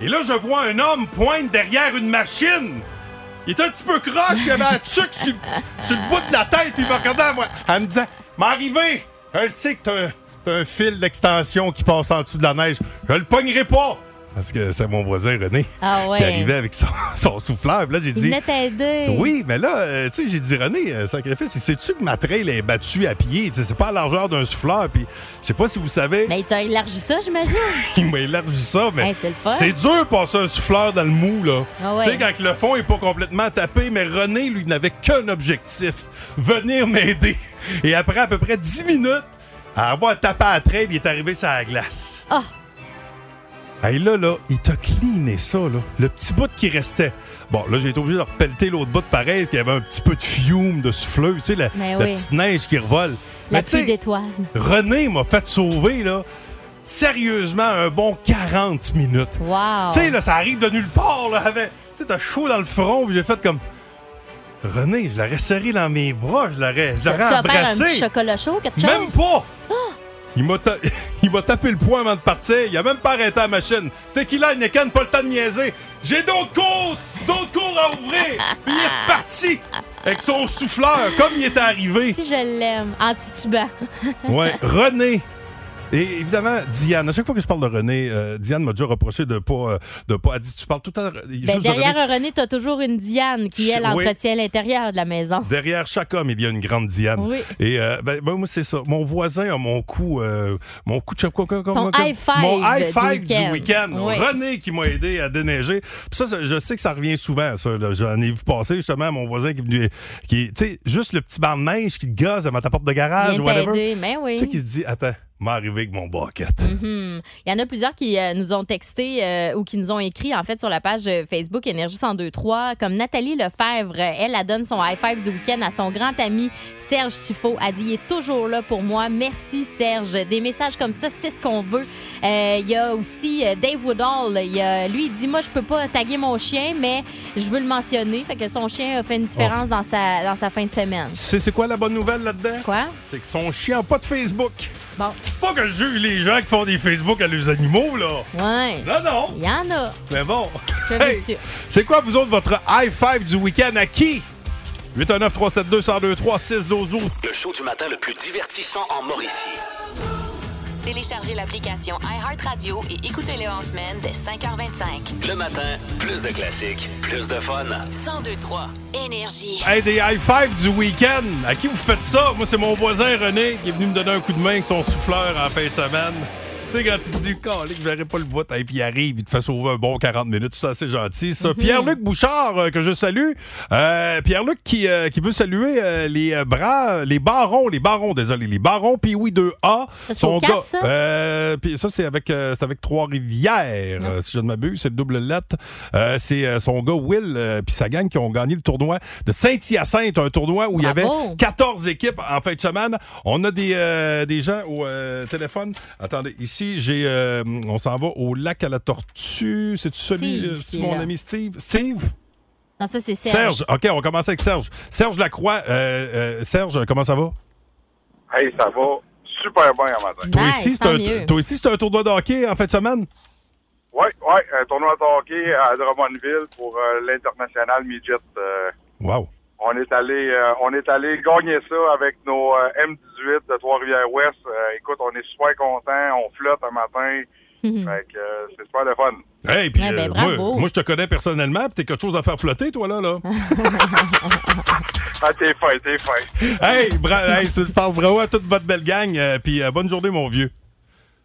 S6: Et là, je vois un homme pointe derrière une machine. Il était un petit peu croche, il avait un tuc sur, sur le bout de la tête, puis il me regardait à moi. Elle me disait M'arriver, je le sais que t'as un- t'as un, fil d'extension qui passe en dessous de la neige. Je le pognerai pas. Parce que c'est mon voisin René
S5: Ah ouais.
S6: qui arrivait avec son, son souffleur. Puis là, j'ai
S5: Il
S6: dit
S5: venait t'aider.
S6: oui, mais là, euh, tu sais, j'ai dit, René, euh, sacrifice, sais-tu que ma trail est battue à pied? Tu sais, C'est pas à la largeur d'un souffleur. Puis, je sais pas si vous savez,
S5: Mais il t'a Ben, élargi ça, j'imagine.
S6: il m'a élargi ça, mais
S5: Hey, c'est le fun.
S6: c'est dur de passer un souffleur dans le mou, là.
S5: Ah ouais.
S6: Tu sais, quand le fond est pas complètement tapé, mais René, lui, n'avait qu'un objectif venir m'aider. Et après à peu près 10 minutes, à avoir tapé à la trail, il est arrivé sur la glace.
S5: Ah.
S6: Hey, là, là, il t'a cleané ça, là. Le petit bout qui restait. Bon, là, j'ai été obligé de repelleter l'autre bout pareil, parce qu'il y avait un petit peu de fiume, de souffleux, tu sais, la,
S5: Mais
S6: la
S5: oui.
S6: petite neige qui revole.
S5: La
S6: Mais tu sais,
S5: pluie d'étoiles.
S6: René m'a fait sauver, là, sérieusement, un bon 40 minutes.
S5: Wow.
S6: Tu sais, là, ça arrive de nulle part, là, avec... Tu sais, t'as chaud dans le front, puis j'ai fait comme... René, je l'aurais serré dans mes bras, je l'aurais je
S5: tu
S6: l'aurais
S5: vas faire un Ah. petit
S6: embrassé.
S5: chocolat chaud, quelque chose?
S6: Même pas! Il m'a, ta- il m'a tapé le poing avant de partir. Il a même pas arrêté la machine. Tequila, Heineken, pas le temps de niaiser. J'ai d'autres cours, d'autres cours à ouvrir. Puis il est reparti avec son souffleur, comme il était arrivé.
S5: Si je l'aime, en titubant.
S6: Ouais, René. Et évidemment, Diane. À chaque fois que je parle de René, euh, Diane m'a déjà reproché de pas. euh, de pas elle dit, tu parles tout le temps. de- juste de
S5: Ben, derrière
S6: René.
S5: un René, t'as toujours une Diane qui, elle,
S6: Oui.
S5: entretient l'intérieur de la maison.
S6: Derrière chaque homme, il y a une grande Diane.
S5: Oui.
S6: Et euh, ben, ben, moi, c'est ça. Mon voisin a mon coup. euh, mon coup de chapeau. comme- comme-
S5: Ton
S6: comme-
S5: high five
S6: Mon high
S5: du
S6: five
S5: week-end.
S6: du week-end.
S5: Oui.
S6: René qui m'a aidé à déneiger. Puis ça, ça, je sais que ça revient souvent, ça. là. J'en ai vu passer, justement, mon voisin qui est venu. Qui, est- tu sais, juste le petit banc de neige qui te gosse devant ta porte de garage
S5: Viens
S6: ou ah, whatever.
S5: t'aider, mais oui.
S6: Tu sais, qui se dit, attends, m'est arrivé avec mon bucket.
S5: Mhm. Il y en a plusieurs qui euh, nous ont texté euh, ou qui nous ont écrit, en fait, sur la page euh, Facebook Énergie 1023, comme Nathalie Lefebvre. euh, Elle, elle donne son high five du week-end à son grand ami Serge Tifo. Elle dit, il est toujours là pour moi. Merci, Serge. Des messages comme ça, c'est ce qu'on veut. Euh, Il y a aussi euh, Dave Woodall. Il y a- lui, il dit, moi, je peux pas taguer mon chien, mais je veux le mentionner. Fait que son chien a fait une différence dans, sa, dans sa fin de semaine.
S6: Tu sais, c'est quoi la bonne nouvelle là-dedans?
S5: Quoi?
S6: C'est que son chien a pas de Facebook.
S5: Bon,
S6: Pas que je juge les gens qui font des Facebook à leurs animaux, là.
S5: ouais.
S6: Non, non.
S5: Il y en a.
S6: Mais bon.
S5: Je
S6: Hey,
S5: suis
S6: c'est quoi, vous autres, votre high five du week-end à qui? 819 372 1023 6 12 12
S2: Le show du matin le plus divertissant en Mauricie.
S1: Téléchargez l'application iHeartRadio et écoutez-le en semaine dès 5h25.
S2: Le matin, plus de classiques, plus de fun.
S1: 1023 Énergie.
S6: Hey, des high five du week-end. À qui vous faites ça? Moi, c'est mon voisin René qui est venu me donner un coup de main avec son souffleur en fin de semaine. Tu sais, quand tu te dis, calé, que verrai pas le bout, et puis il arrive, il te fait sauver un bon 40 minutes, c'est assez gentil.
S5: Mhm.
S6: Ça. Pierre-Luc Bouchard, euh, que je salue. Euh, Pierre-Luc qui, euh, qui veut saluer euh, les euh, bras, les barons, les barons, désolé, les barons, puis oui, 2A.
S5: Ça, c'est au Cap, ça?
S6: Euh, puis ça, c'est avec, euh, c'est avec Trois-Rivières, euh,
S5: Ah.
S6: si je ne m'abuse. C'est double lettre. Euh, c'est euh, son gars Will euh, puis sa gang qui ont gagné le tournoi de Saint-Hyacinthe, un tournoi où il y avait
S5: Bravo.
S6: 14 équipes en fin de semaine. On a des, euh, des gens au euh, téléphone. Attendez, ici, j'ai, euh, on s'en va au lac à la tortue. C'est-tu celui,
S5: Steve
S6: euh, c'est-tu
S5: qui est
S6: mon
S5: là.
S6: ami Steve? Steve?
S5: Non, ça, c'est Serge.
S6: Serge. OK, on commence avec Serge. Serge Lacroix. euh, euh, Serge, comment ça va?
S8: Hey, ça va Oh, super bien en matin.
S6: Toi,
S5: Nice,
S6: ici, c'est
S5: tant
S6: un-
S5: mieux.
S6: toi ici, c'est un tournoi de hockey en fin de semaine?
S8: Oui, oui, un tournoi de hockey à Drummondville pour euh, l'international midget. euh,
S6: Wow.
S8: on est allé, euh, on est allé gagner ça avec nos euh, M18 de Trois-Rivières-Ouest. Euh, écoute, on est super contents, on flotte un matin.
S5: Mhm.
S8: Fait que, euh, c'est super le fun.
S6: Hey, puis,
S5: Eh ben,
S6: euh, moi,
S5: bravo.
S6: moi, je te connais personnellement, puis t'as quelque chose à faire flotter, toi, là. là.
S8: Ah, t'es fin, t'es fin.
S6: hey, bra- hey, c'est- parle bravo à toute votre belle gang, euh, puis euh, bonne journée, mon vieux.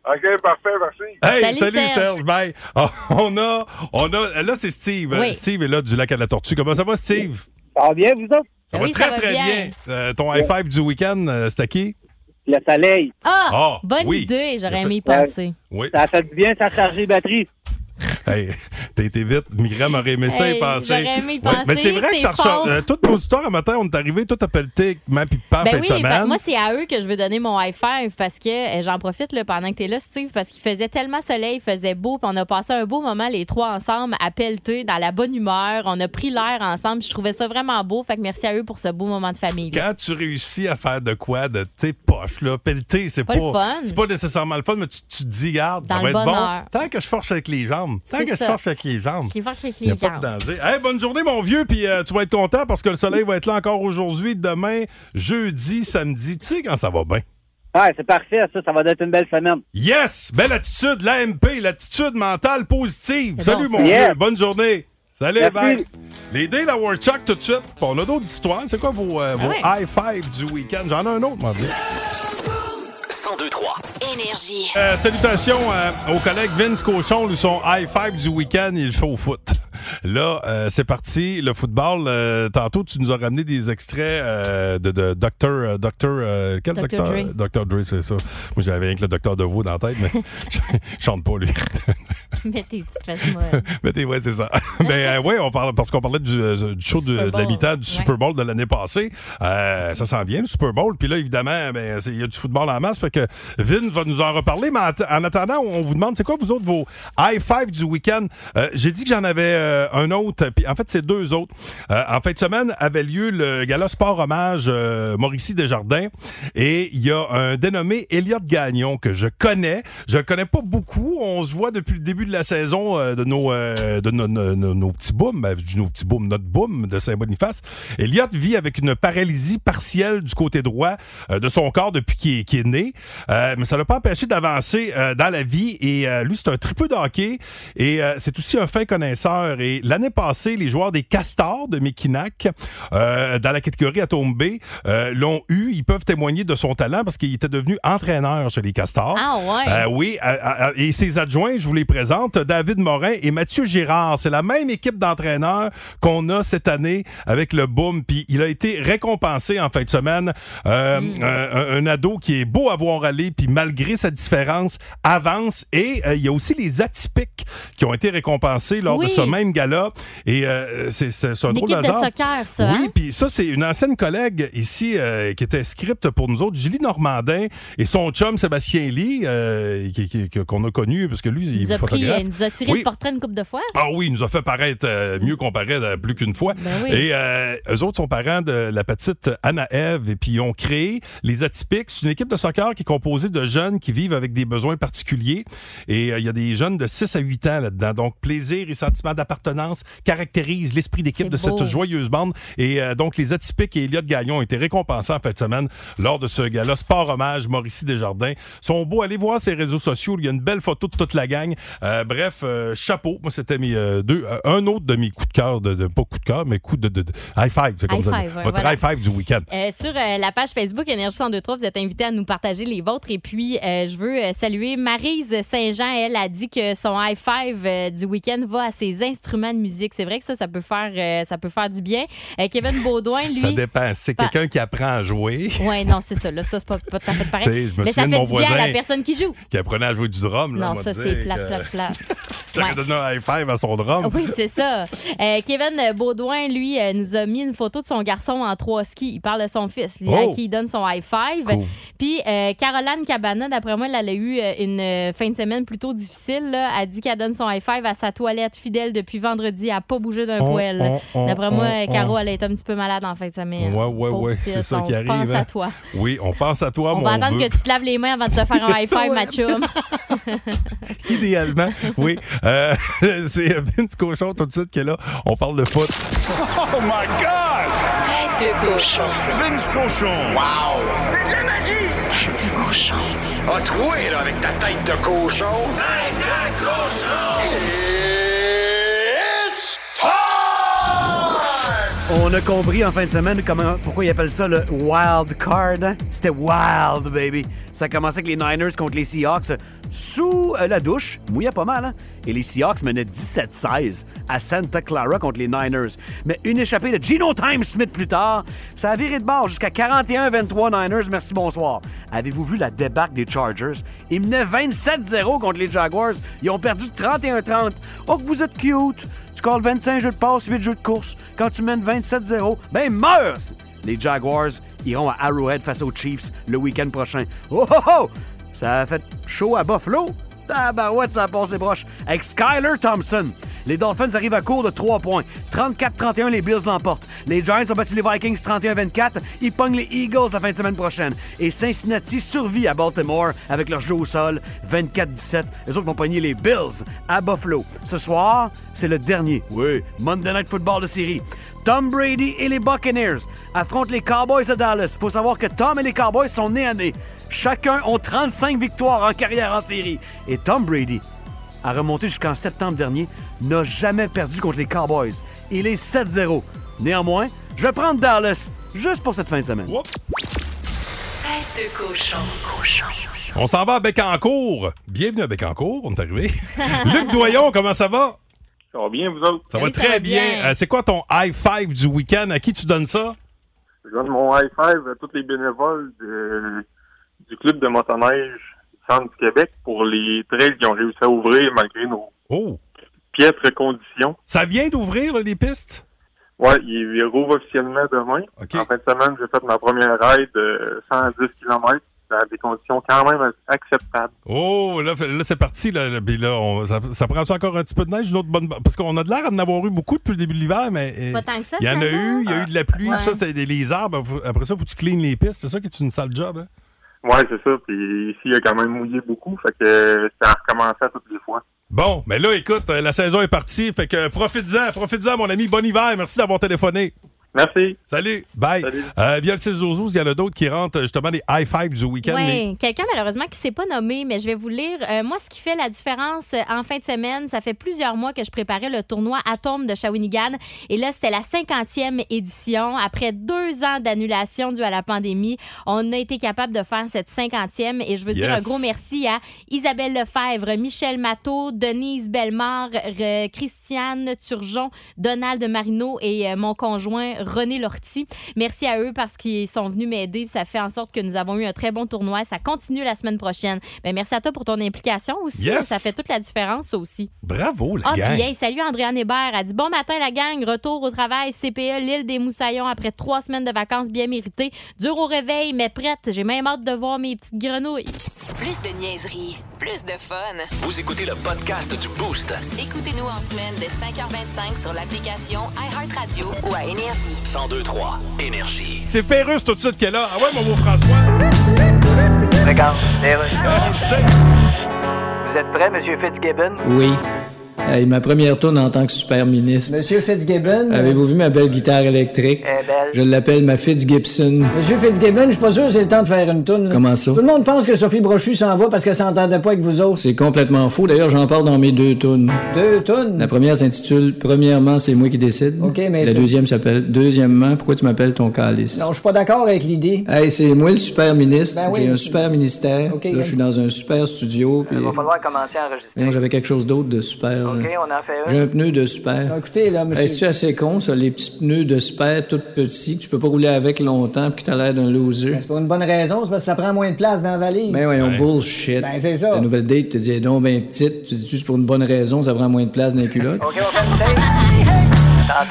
S8: OK, parfait, merci.
S6: Hey, salut,
S5: Salut,
S6: Serge.
S5: Serge.
S6: bye. Ah, on a, on a, là, c'est Steve.
S5: Oui.
S6: Steve est là du lac à la tortue. Comment ça va, Steve?
S11: Ça va bien, vous autres?
S6: Ça
S5: Oui,
S6: va très,
S5: ça va
S6: très bien.
S5: bien.
S6: Euh, ton high five du week-end, euh, c'est à qui?
S11: Le soleil,
S5: Ah!
S6: Ah,
S5: bonne
S6: oui.
S5: idée, j'aurais
S6: Effect-
S5: aimé y penser.
S6: Oui.
S11: ça fait du bien, ça a chargé les batteries.
S6: Hey, t'as été vite. Myriam aurait aimé ça
S5: Hey,
S6: y penser.
S5: j'aurais aimé y
S6: Ouais,
S5: penser,
S6: mais c'est vrai que
S5: t'es
S6: ça
S5: fort.
S6: ressort. euh, toutes nos histoires, à matin, on est arrivé, tout a pelleté, même puis pas en fin
S5: Ben
S6: de
S5: oui,
S6: semaine.
S5: ben, moi, c'est à eux que je veux donner mon high five parce que euh, j'en profite là, pendant que tu es là, Steve, parce qu'il faisait tellement soleil, il faisait beau, puis on a passé un beau moment les trois ensemble à pelleter dans la bonne humeur. On a pris l'air ensemble, puis je trouvais ça vraiment beau. Fait que merci à eux pour ce beau moment de famille. là.
S6: Quand tu réussis à faire de quoi de tes poches, là, pelleter, c'est
S5: Pas
S6: pas,
S5: le fun.
S6: c'est pas nécessairement le fun, mais tu, tu te dis, garde,
S5: Dans
S6: ça
S5: le
S6: va être bon.
S5: bonheur.
S6: Tant que je force avec les jambes. Tant
S5: C'est
S6: que je
S5: ça.
S6: force avec les jambes.
S5: Qui va cliquer,
S6: Il n'y a pas de
S5: regarde.
S6: danger. Hey, bonne journée, mon vieux, puis euh, tu vas être content parce que le soleil va être là encore aujourd'hui, demain, jeudi, samedi. Tu sais quand ça va bien.
S11: Ouais, c'est parfait, ça. Ça va être une belle semaine.
S6: Yes! Belle attitude, l'AMP, l'attitude mentale positive.
S11: C'est
S6: Salut,
S11: bon, ça.
S6: mon
S11: Yeah.
S6: vieux. Bonne journée. Salut,
S11: Merci.
S6: bye. Les dés, la World Chuck, tout de suite. Puis on a d'autres histoires. C'est quoi vos,
S5: Ah
S6: euh, vos
S1: ouais.
S6: high five du week-end? J'en ai un autre, mon vieux.
S1: 1023 Énergie.
S6: Euh, salutations euh, au collègue Vince Cochon, lui, son high five du week-end, il le fait au foot. Là, euh, c'est parti, le football. euh, tantôt, tu nous as ramené des extraits euh, de, de Dr. euh, Dr. euh, quel
S5: Dr.
S6: docteur? Dr. Dre, c'est ça. Moi, j'avais rien que le Dr. Deveau dans la tête, mais je je chante pas, lui.
S5: Mets tes petites fesses molles.
S6: Mais t'es- ouais, c'est ça. Mais oui, on parle parce qu'on parlait du, euh, du show de,
S5: Super
S6: de
S5: Bowl.
S6: l'habitat
S5: Ouais.
S6: du Super Bowl de l'année passée. Euh, ça s'en vient, le Super Bowl. Puis là, évidemment, ben, c'est- il y a du football en masse. Fait que Vin va nous en reparler. Mais en, att- en attendant, on vous demande, c'est quoi vous autres vos high five du week-end? Euh, J'ai dit que j'en avais euh, un autre. Puis en fait, c'est deux autres. Euh, en fin de semaine avait lieu le gala sport hommage euh, Mauricie Desjardins. Et il y a un dénommé Elliott Gagnon que je connais. Je le connais pas beaucoup. On se voit depuis le début de la saison euh, de nos, euh, de nos, nos- nos- nos petits booms, euh, du- nos petits booms, notre boom de Saint-Boniface. Elliott vit avec une paralysie partielle du côté droit euh, de son corps depuis qu'il est, qu'il est né. Euh, mais ça ne l'a pas empêché d'avancer euh, dans la vie. Et euh, lui, c'est un triple de hockey. Et euh, c'est aussi un fin connaisseur. Et l'année passée, les joueurs des Castors de Mekinac, euh, dans la catégorie à tombée, l'ont eu. Ils peuvent témoigner de son talent parce qu'il était devenu entraîneur chez les Castors.
S5: Ah ouais.
S6: Euh, oui, euh, euh, et ses adjoints, je vous les présente, David Morin et Mathieu Girard. C'est la même équipe d'entraîneurs qu'on a cette année avec le boom. Puis il a été récompensé en fin de semaine. Euh,
S5: Mm.
S6: un, un- un ado qui est beau à voir aller, puis malgré sa différence, avance. Et euh, il y a aussi les atypiques qui ont été récompensés lors
S5: Oui.
S6: de ce même gala. Et euh, c'est c'est- c'est un
S5: Une
S6: drôle
S5: équipe de
S6: hasard.
S5: soccer, ça,
S6: Oui,
S5: hein?
S6: puis ça, c'est une ancienne collègue ici euh, qui était script pour nous autres, Julie Normandin, et son chum Sébastien Lee, euh, qui- qui- que- qu'on a connu, parce que lui,
S5: Il
S6: il
S5: nous a,
S6: est
S5: pris,
S6: photographe.
S5: il nous a tiré
S6: Oui.
S5: le portrait une coupe de fois.
S6: Ah oui, il nous a fait paraître euh, mieux qu'on paraît euh, plus qu'une fois.
S5: Ben oui.
S6: Et euh, eux autres sont parents de la petite Anna-Ève et puis ils ont créé les Atypiques. C'est une équipe de soccer qui est composée de jeunes qui vivent avec des besoins particuliers. Et euh, il y a des jeunes de 6 à 8 ans là-dedans. Donc, plaisir et sentiment d'appartenance caractérisent l'esprit d'équipe
S5: C'est
S6: de
S5: beau.
S6: cette joyeuse bande. Et euh, donc, les Atypiques et Elliott Gagnon ont été récompensés en fin de semaine lors de ce gala Sport Hommage Mauricie Desjardins. Ils sont beaux. Allez voir ses réseaux sociaux. Il y a une belle photo de toute la gang. Euh, bref, euh, chapeau. Moi, c'était mes euh, deux. euh, un autre de mes coups de cœur, de, de- pas coup de cœur, mais coup de, de- de- high five. C'est comme
S5: High
S6: ça.
S5: five, ouais,
S6: Votre
S5: voilà.
S6: high five du week-end.
S5: Euh, sur euh, la page Facebook Énergie 1023, vous êtes invités à nous partager les vôtres. Et puis, euh, je veux euh, saluer Marise Saint-Jean. Elle a dit que son high five euh, du week-end va à ses instruments de musique. C'est vrai que ça, ça peut faire, euh, ça peut faire du bien. Euh, Kevin Baudouin, lui. ben
S6: Ça dépend. C'est
S5: Pas-
S6: quelqu'un qui apprend à jouer.
S5: Ouais, non, c'est ça. Là, ça, c'est pas, pas tout à fait
S6: Tu sais,
S5: pareil.
S6: je me
S5: Mais ça fait
S6: souviens de
S5: du
S6: mon
S5: bien à la
S6: voisin.
S5: personne qui joue.
S6: qui apprenait à jouer du drum. là,
S5: non,
S6: moi,
S5: ça,
S6: dire
S5: c'est plat,
S6: que-
S5: plat, plat.
S6: J'aurais donné un high five à son drum.
S5: Ah Oui, c'est ça. Euh, Kevin Baudouin, lui, euh, nous a mis une photo de son garçon en trois skis. Il parle de son fils, lui,
S6: Oh!
S5: à qui il donne son high five.
S6: Cool.
S5: Puis euh, Caroline Cabana, d'après moi, elle a eu euh, une euh, fin de semaine plutôt difficile. Là. Elle dit qu'elle donne son high five à sa toilette fidèle depuis vendredi. Elle n'a pas bougé d'un
S6: On,
S5: poil.
S6: on, on,
S5: D'après moi,
S6: on,
S5: Caro,
S6: on.
S5: elle est un petit peu malade en fin de semaine.
S6: Ouais, ouais,
S5: Pauvre
S6: ouais,
S5: petite,
S6: c'est ça qui
S5: on
S6: arrive,
S5: pense à
S6: hein.
S5: toi.
S6: Oui, on pense à toi,
S5: On
S6: mon
S5: va attendre
S6: vœu.
S5: que tu te laves les mains avant de te faire un high five, ma chum.
S6: Idéalement, oui. Euh, c'est Vince Cochon tout de suite qui est là. On parle de foot.
S12: Oh my God! Tête de cochon.
S2: Vince Cochon. Wow!
S12: C'est de la magie! Tête de cochon.
S2: A troué, là, avec ta tête de cochon.
S12: Tête de cochon! It's time!
S9: On a compris en fin de semaine comment, pourquoi ils appellent ça le Eh ben, wild card. hein? C'était wild, baby. Ça a commencé avec les Niners contre les Seahawks. sous euh, la douche. Mouillait pas mal, hein? Et les Seahawks menaient 17-16 à Santa Clara contre les Niners. Mais une échappée de Gino Time Smith plus tard, ça a viré de bord jusqu'à 41-23 Niners. Merci, bonsoir. Avez-vous vu la débarque des Chargers? Ils menaient 27-0 contre les Jaguars. Ils ont perdu 31-30. Oh, que vous êtes cute! Tu calls 25 jeux de passe, 8 jeux de course. Quand tu mènes 27-0, ben meurs! Les Jaguars iront à Arrowhead face aux Chiefs le week-end prochain. Oh, oh, oh! Ça a fait chaud à Buffalo? Tabarouette, ça a passé proche. Avec Skyler Thompson. Les Dolphins arrivent à court de 3 points. 34-31, les Bills l'emportent. Les Giants ont battu les Vikings 31-24. Ils pognent les Eagles la fin de semaine prochaine. Et Cincinnati survit à Baltimore avec leur jeu au sol 24-17. Les autres vont pogner les Bills à Buffalo. Ce soir, c'est le dernier. Oui, Monday Night Football de série. Tom Brady et les Buccaneers affrontent les Cowboys de Dallas. Faut savoir que Tom et les Cowboys sont nés à nez. Chacun ont 35 victoires en carrière en série. Et Tom Brady a remonté jusqu'en septembre dernier, n'a jamais perdu contre les Cowboys. Il est 7-0. Néanmoins, je vais prendre Dallas juste pour cette fin de semaine.
S1: Tête de cochon.
S6: On s'en va à Bécancourt. Bienvenue à Bécancourt, on est arrivé. Luc Doyon, comment ça va?
S8: Ça va bien, vous autres?
S6: Ça va très bien. Euh, C'est quoi ton high five du week-end? À qui tu donnes ça?
S8: Je donne mon high five à tous les bénévoles de- du club de motoneige du Centre du Québec pour les trails qui ont réussi à ouvrir malgré nos piètres conditions.
S6: Oh, Ça vient d'ouvrir, là, les pistes?
S8: Oui, ils rouvrent officiellement demain. En fin de semaine, j'ai fait ma première ride euh, de 110 km dans des conditions quand même acceptables.
S6: Oh, là, là, c'est parti. Là, là, puis là, on- ça, ça prend encore un petit peu de neige, une autre bonne. Parce qu'on a de l'air d'en avoir eu beaucoup depuis le début de l'hiver, mais. euh,
S5: Pas tant que ça,
S6: Il y en a
S5: finalement.
S6: eu, il y a eu de la pluie,
S5: Ouais.
S6: tout ça, c'est des- les arbres. Faut- Après ça, faut que tu cleanes les pistes. C'est ça qui est une sale job, hein?
S8: Oui, c'est ça. Puis ici, il a quand même mouillé beaucoup, fait que ça a recommencé à toutes les fois.
S6: Bon, mais là, écoute, euh, la saison est partie. Fait que euh, profites-en, profites-en, mon ami. Bon hiver. Merci d'avoir téléphoné.
S8: Merci.
S6: Salut. Bye. Euh, via le 6 zouzous, il y en a d'autres qui rentrent euh, justement des high five du week-end. mais-
S5: Oui, quelqu'un malheureusement qui ne s'est pas nommé, mais je vais vous lire. Euh, moi, ce qui fait la différence euh, en fin de semaine, ça fait plusieurs mois que je préparais le tournoi Atome de Shawinigan. Et là, c'était la 50e édition. Après deux ans d'annulation due à la pandémie, on a été capable de faire cette 50e. Et je veux dire
S13: Yes.
S5: un gros merci à Isabelle Lefebvre, Michel Matteau, Denise Bellemare, R- Christiane Turgeon, Donald Marino et euh, mon conjoint René Lortie. Merci à eux parce qu'ils sont venus m'aider. puis Ça fait en sorte que nous avons eu un très bon tournoi. Ça continue la semaine prochaine. Ben, merci à toi pour ton implication aussi.
S6: Yes.
S5: Ça fait toute la différence ça aussi.
S6: Bravo, la
S5: Ah,
S6: gang.
S5: puis hey, salut Andréane Hébert. Elle dit Bon matin, la gang. Retour au travail, CPE, l'île des Moussaillons, après trois semaines de vacances bien méritées. Dure au réveil, mais prête. J'ai même hâte de voir mes petites grenouilles.
S1: Plus de niaiserie, plus de fun.
S2: Vous écoutez le podcast du Boost.
S1: Écoutez-nous en semaine de 5h25 sur l'application iHeartRadio ou à Énergie.
S2: 1023 Énergie.
S6: C'est Pérus tout de suite qui est là. Ah ouais, mon beau François.
S14: Regarde, Vous êtes prêt, Monsieur
S4: Ah.
S14: Fitzgibbon?
S3: Oui. Hey, ma première tourne en tant que super ministre.
S4: Monsieur Fitzgibbon.
S3: Avez-vous vu ma belle guitare électrique? Je l'appelle ma Fitzgibson.
S4: Monsieur Fitzgibbon, je suis pas sûr que c'est le temps de faire une toune. là.
S3: Mm. Comment ça?
S4: Tout le monde pense que Sophie Brochu s'en va parce qu'elle s'entendait pas avec vous autres.
S3: C'est complètement faux. D'ailleurs, j'en parle dans mes deux tunes.
S4: Deux tounes.
S14: Mm.
S3: La première s'intitule Premièrement, c'est moi qui décide.
S4: OK, mais
S3: La
S4: c'est-
S3: deuxième s'appelle Deuxièmement, pourquoi tu m'appelles ton calice?
S4: Non, je suis pas d'accord avec l'idée.
S3: Hey, c'est moi le super ministre.
S4: Ben oui.
S3: J'ai un super ministère.
S4: OK.
S3: Là, je suis dans un super studio. Puis...
S14: Euh, Il va falloir commencer à enregistrer.
S3: Voyons, J'avais quelque chose d'autre de super.
S14: OK,
S3: là.
S14: on en fait
S3: J'ai
S14: un.
S3: un pneu de super.
S4: Non, écoutez, là, monsieur.
S3: Hey, c'est-tu assez con, ça, les petits pneus de super tout petits que tu peux pas rouler avec longtemps puis que t'as l'air d'un loser?
S4: Ben, C'est pour une bonne raison, c'est parce que ça prend moins de place dans la valise.
S3: Mais Ben voyons, bullshit.
S4: Ben, c'est ça.
S3: Ta nouvelle date te dit, Eh donc, ben petite, tu dis, c'est pour une bonne raison, ça prend moins de place dans les culottes.
S14: OK, on fait une tape.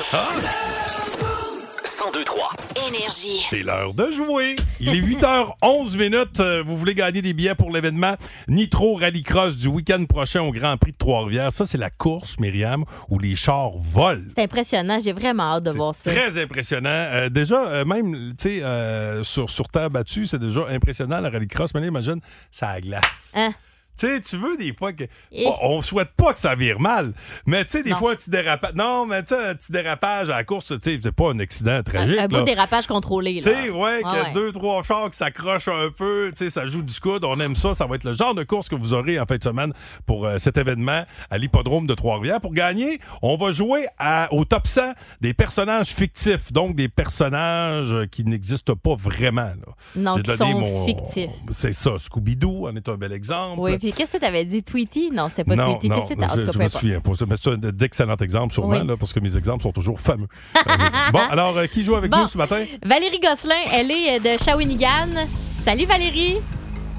S2: 1023
S1: Énergie.
S6: C'est l'heure de jouer. Il est 8h11 minutes. Euh, Vous voulez gagner des billets pour l'événement Nitro Rallycross du week-end prochain au Grand Prix de Trois-Rivières. Ça, c'est la course, Myriam, où les chars volent.
S5: C'est impressionnant. J'ai vraiment hâte de voir ça.
S6: Très impressionnant. Euh, déjà, euh, même, tu sais, euh, sur, sur terre battue, c'est déjà impressionnant, la rallycross. Mais là, imagine, ça à glace.
S5: Hein?
S6: Tu sais, tu veux des fois que.
S5: Et-
S6: On- On souhaite pas que ça vire mal, mais tu sais, des
S5: Non.
S6: fois, un petit dérapage. Non, mais tu sais, un petit dérapage à la course, tu sais, c'est pas un accident tragique.
S5: Un, un beau
S6: là.
S5: dérapage contrôlé. là.
S6: Tu sais, ouais, que
S5: Ah ouais.
S6: deux, trois chars qui s'accrochent un peu, tu sais, ça joue du coude, on aime ça. Ça va être le genre de course que vous aurez en fin de semaine pour euh, cet événement à l'hippodrome de Trois-Rivières. Pour gagner, on va jouer à- au top 100 des personnages fictifs, donc des personnages euh, qui n'existent pas vraiment. là.
S5: Non,
S6: J'ai
S5: qui
S6: donné
S5: sont
S6: mon-
S5: fictifs.
S6: C'est ça, Scooby-Doo en est un bel exemple.
S5: Oui, puis Puis qu'est-ce que t'avais dit? Tweety? Non, c'était pas
S6: non,
S5: Tweety.
S6: non,
S5: Qu'est-ce que c'était? En
S6: je,
S5: tout cas,
S6: je
S5: peu
S6: me
S5: importe.
S6: souviens pas. Mais c'est un d'excellent exemple, sûrement,
S5: Oui.
S6: là, parce que mes exemples sont toujours fameux. Euh, bon, alors, euh, qui joue avec
S5: Bon.
S6: nous ce matin?
S5: Valérie Gosselin, elle est euh, de Shawinigan. Salut Valérie!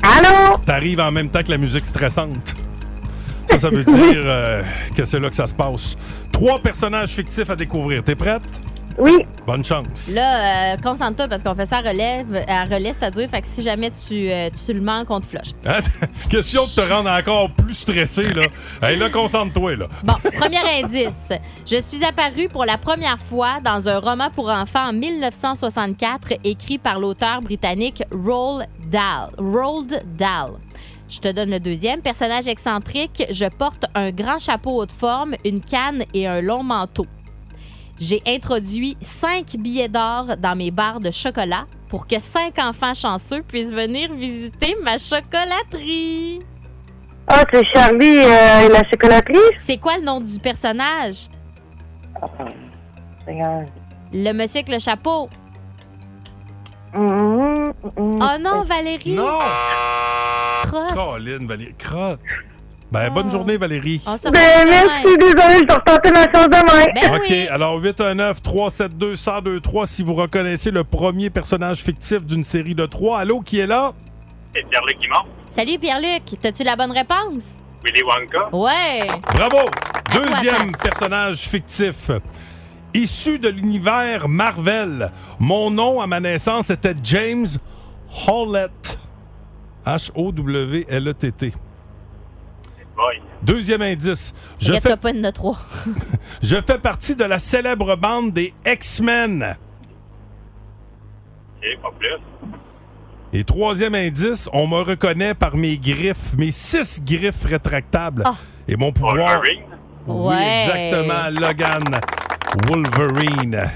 S6: Allô? T'arrives en même temps que la musique stressante. Ça, ça veut dire euh, que c'est là que ça se passe. Trois personnages fictifs à découvrir. T'es prête? Oui. Bonne chance.
S5: Là, euh, concentre-toi parce qu'on fait ça à relève, à relais, c'est-à-dire, fait que si jamais tu, euh, tu le manques, on te flush.
S6: Hein? Question de te rendre encore plus stressé, là. Hey, là, concentre-toi, là.
S5: Bon, premier indice. Je suis apparue pour la première fois dans un roman pour enfants en 1964 écrit par l'auteur britannique Roald Dahl. Roald Dahl. Je te donne le deuxième. Personnage excentrique, je porte un grand chapeau haute forme, une canne et un long manteau. J'ai introduit cinq billets d'or dans mes barres de chocolat pour que cinq enfants chanceux puissent venir visiter ma chocolaterie.
S13: Ah, c'est Charlie euh, et la chocolaterie? Ah,
S5: C'est quoi le nom du personnage? Le monsieur avec le chapeau.
S13: Mm-hmm,
S5: Oh non, Valérie!
S6: Non!
S5: Crotte. Ah.
S6: Colline, Valérie. Crotte. Ben, bonne journée, Valérie.
S5: On se revoit demain.
S13: désolée, Ben, je dois retenter ma chance demain.
S5: Ben
S6: OK,
S5: oui.
S6: alors 819-372-1023, si vous reconnaissez le premier personnage fictif d'une série de trois. Allô, qui est là?
S12: C'est Pierre-Luc qui ment.
S5: Salut Pierre-Luc, t'as-tu la bonne réponse?
S12: Willy Wonka.
S5: Ouais!
S6: Bravo! Deuxième personnage fictif. Issu de l'univers Marvel, mon nom à ma naissance était James Howlett. H-O-W-L-E-T-T. E Deuxième indice. Je
S5: Regarde-toi
S6: fais,
S5: pas une de trois.
S6: je fais partie de la célèbre bande des X-Men.
S12: OK, pas plus.
S6: Et troisième indice, on me reconnaît par mes griffes, mes six griffes rétractables.
S12: Ah.
S6: Et mon pouvoir.
S12: Wolverine.
S6: Oui,
S12: Ouais.
S6: exactement, Logan. Wolverine.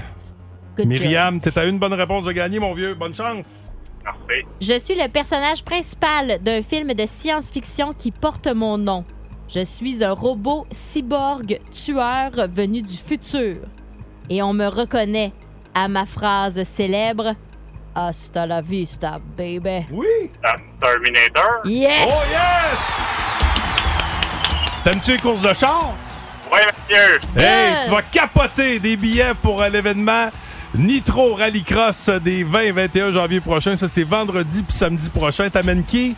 S5: Good
S6: Myriam, t'es à une bonne réponse de gagner, mon vieux. Bonne chance. Parfait.
S5: Je suis le personnage principal d'un film de science-fiction qui porte mon nom. Je suis un robot cyborg tueur venu du futur. Et on me reconnaît à ma phrase célèbre Hasta la vista, baby.
S6: Oui!
S12: Ah, Terminator.
S5: Yes!
S12: Oh yes!
S6: T'aimes-tu les courses de char?
S12: Oui, monsieur.
S6: Hey,
S5: Euh.
S6: tu vas capoter des billets pour euh, l'événement Nitro Rallycross des 20 et 21 janvier prochain. Ça, c'est vendredi puis samedi prochain. T'amènes qui?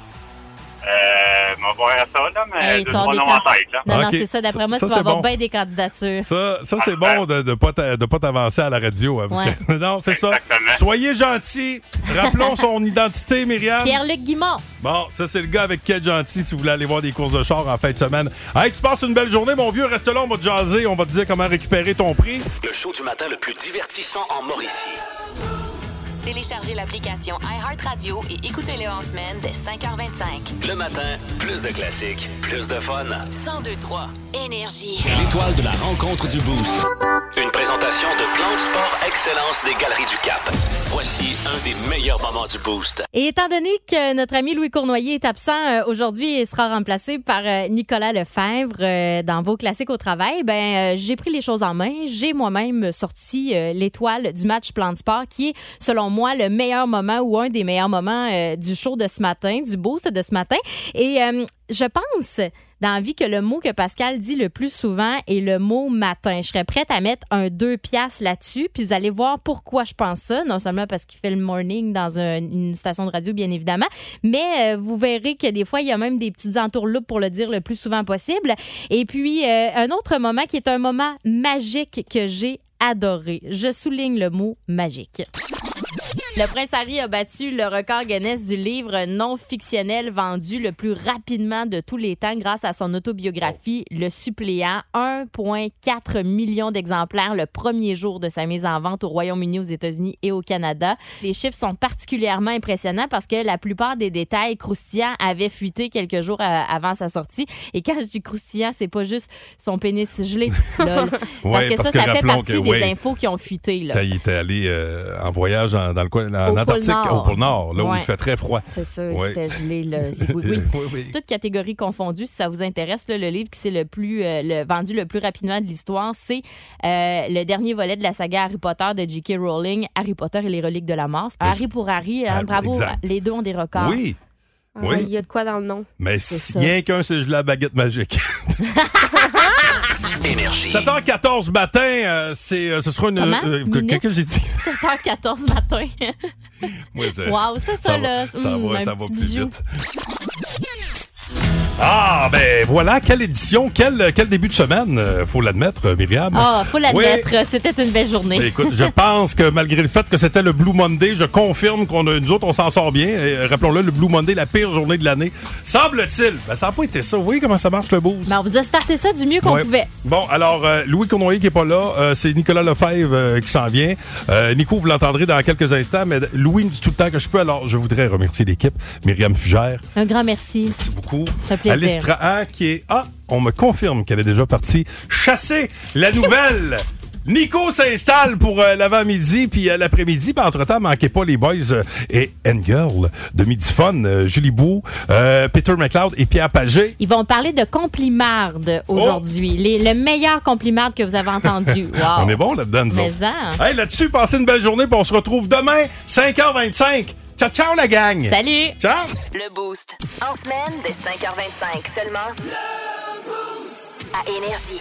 S12: Euh, m'en voir à ça, là, mais
S5: Hey,
S12: j'ai
S5: tu vas
S12: trois
S5: avoir des
S12: noms en
S5: can-
S12: tête, là.
S5: Non, non,
S6: Ok,
S5: c'est ça. D'après
S6: ça-
S5: moi,
S6: ça,
S5: tu vas
S6: c'est
S5: avoir
S6: bon.
S5: bien des candidatures.
S6: Ça, ça c'est bon de ne pas t'a- de pas t'avancer à la radio. hein, parce
S5: Ouais.
S6: que- non, c'est ça. Soyez gentil. Rappelons son identité, Myriam.
S5: Pierre-Luc Guimont.
S6: Bon, ça, c'est le gars avec qui est gentil si vous voulez aller voir des courses de char en fin de semaine. Hey, tu passes une belle journée, mon vieux. Reste là, on va te jaser. On va te dire comment récupérer ton prix.
S2: Le show du matin le plus divertissant en Mauricie.
S1: Téléchargez l'application iHeartRadio et écoutez-le en semaine dès 5h25.
S2: Le matin, plus de classiques, plus de fun.
S1: 1023 Énergie.
S2: L'étoile de la rencontre du Boost. Une présentation de Plan de Sport Excellence des Galeries du Cap. Voici un des meilleurs moments du Boost.
S5: Et étant donné que notre ami Louis Cournoyer est absent euh, aujourd'hui et sera remplacé par euh, Nicolas Lefebvre euh, dans vos classiques au travail, ben euh, j'ai pris les choses en main. J'ai moi-même sorti euh, l'étoile du match Plan de Sport, qui est selon moi le meilleur moment ou un des meilleurs moments euh, du show de ce matin, du boost de ce matin. Et euh, je pense dans la vie que le mot que Pascal dit le plus souvent est le mot matin. Je serais prête à mettre un 2 piastres là-dessus, puis vous allez voir pourquoi je pense ça, non seulement parce qu'il fait le morning dans un- une station de radio, bien évidemment, mais euh, vous verrez que des fois, il y a même des petites entourloupes pour le dire le plus souvent possible. Et puis, euh, un autre moment qui est un moment magique que j'ai adoré. Je souligne le mot magique. Le prince Harry a battu le record Guinness du livre non fictionnel vendu le plus rapidement de tous les temps grâce à son autobiographie
S6: Oh.
S5: Le Suppléant, 1,4 million d'exemplaires le premier jour de sa mise en vente au Royaume-Uni, aux États-Unis et au Canada. Les chiffres sont particulièrement impressionnants parce que la plupart des détails croustillants avaient fuité quelques jours euh, avant sa sortie. Et quand je dis croustillant, c'est pas juste son pénis gelé. lol. parce
S6: Ouais,
S5: que
S6: parce
S5: ça,
S6: que
S5: ça fait
S6: rappelons
S5: partie
S6: que-
S5: des
S6: ouais.
S5: infos qui ont fuité. Là.
S6: T'as- Il était allé euh, en voyage en- dans le coin, en
S5: Au
S6: Antarctique,
S5: pôle Nord.
S6: au pôle Nord, là où
S5: Ouais.
S6: il fait très froid.
S5: C'est ça,
S6: Ouais.
S5: c'était gelé. Là. C'est- Oui, oui.
S6: Oui, oui.
S5: Toutes catégories confondues, si ça vous intéresse, là, le livre qui s'est le plus euh, le- vendu le plus rapidement de l'histoire, c'est euh, le dernier volet de la saga Harry Potter de J.K. Rowling, Harry Potter et les reliques de la mort. Harry pour Harry, hein, bravo,
S6: Ah, exact.
S5: les deux ont des records.
S6: Oui.
S7: Ah,
S6: Oui.
S7: Il y a de quoi dans le nom.
S6: Mais
S7: C'est
S6: si-
S7: ça.
S6: rien qu'un, c'est juste la baguette magique. Énergie. 7h14 matin, euh, c'est, euh, ce sera une.
S5: Comment?
S6: euh, que-
S5: Minute?
S6: Qu'est-ce que j'ai dit?
S5: 7h14 matin.
S6: Oui, c'est-
S5: Wow, ça, ça,
S6: va-
S5: là,
S6: ça
S5: hum,
S6: va,
S5: un
S6: ça va
S5: petit
S6: plus
S5: bijou.
S6: vite. Ah, ben voilà, quelle édition, quel, quel début de semaine, euh, faut l'admettre, euh, Myriam.
S5: Ah, faut l'admettre,
S6: Oui.
S5: c'était une belle journée.
S6: Mais Ben, Écoute, je pense que malgré le fait que c'était le Blue Monday, je confirme qu'on a- nous autres, on s'en sort bien. Et, euh, Rappelons-le, le Blue Monday, la pire journée de l'année. Semble-t-il. Ben, ça n'a pas été ça. Vous voyez comment ça marche le boost?
S5: Ben, on vous a starté ça du mieux qu'on
S6: Ouais.
S5: pouvait.
S6: Bon, alors, euh, Louis Cournoyer qui n'est pas là, euh, c'est Nicolas Lefebvre euh, qui s'en vient. Euh, Nico, vous l'entendrez dans quelques instants, mais Louis, tout le temps que je peux, alors je voudrais remercier l'équipe. Myriam Fugère,
S5: Un grand merci.
S6: merci beaucoup.
S5: Ça fait plaisir.
S6: Alice Trahan qui est... Ah, on me confirme qu'elle est déjà partie chasser la nouvelle Nico s'installe pour euh, l'avant-midi, puis euh, l'après-midi. Puis entre-temps, manquez pas les boys euh, et N-Girl de Midi Fun, euh, Julie Bou, euh, Peter McLeod et Pierre Pagé.
S5: Ils vont parler de complimarde
S6: Oh!
S5: aujourd'hui. Les- Le meilleur complimarde que vous avez entendu. Wow.
S6: On est bon là-dedans, nous
S5: Ah. Mais hein?
S6: autres.
S5: en.
S6: Hey, là-dessus, passez une belle journée, puis on se retrouve demain, 5h25. Ciao, ciao, la gang!
S5: Salut!
S6: Ciao!
S1: Le Boost. En semaine, dès 5h25 seulement. À Énergie.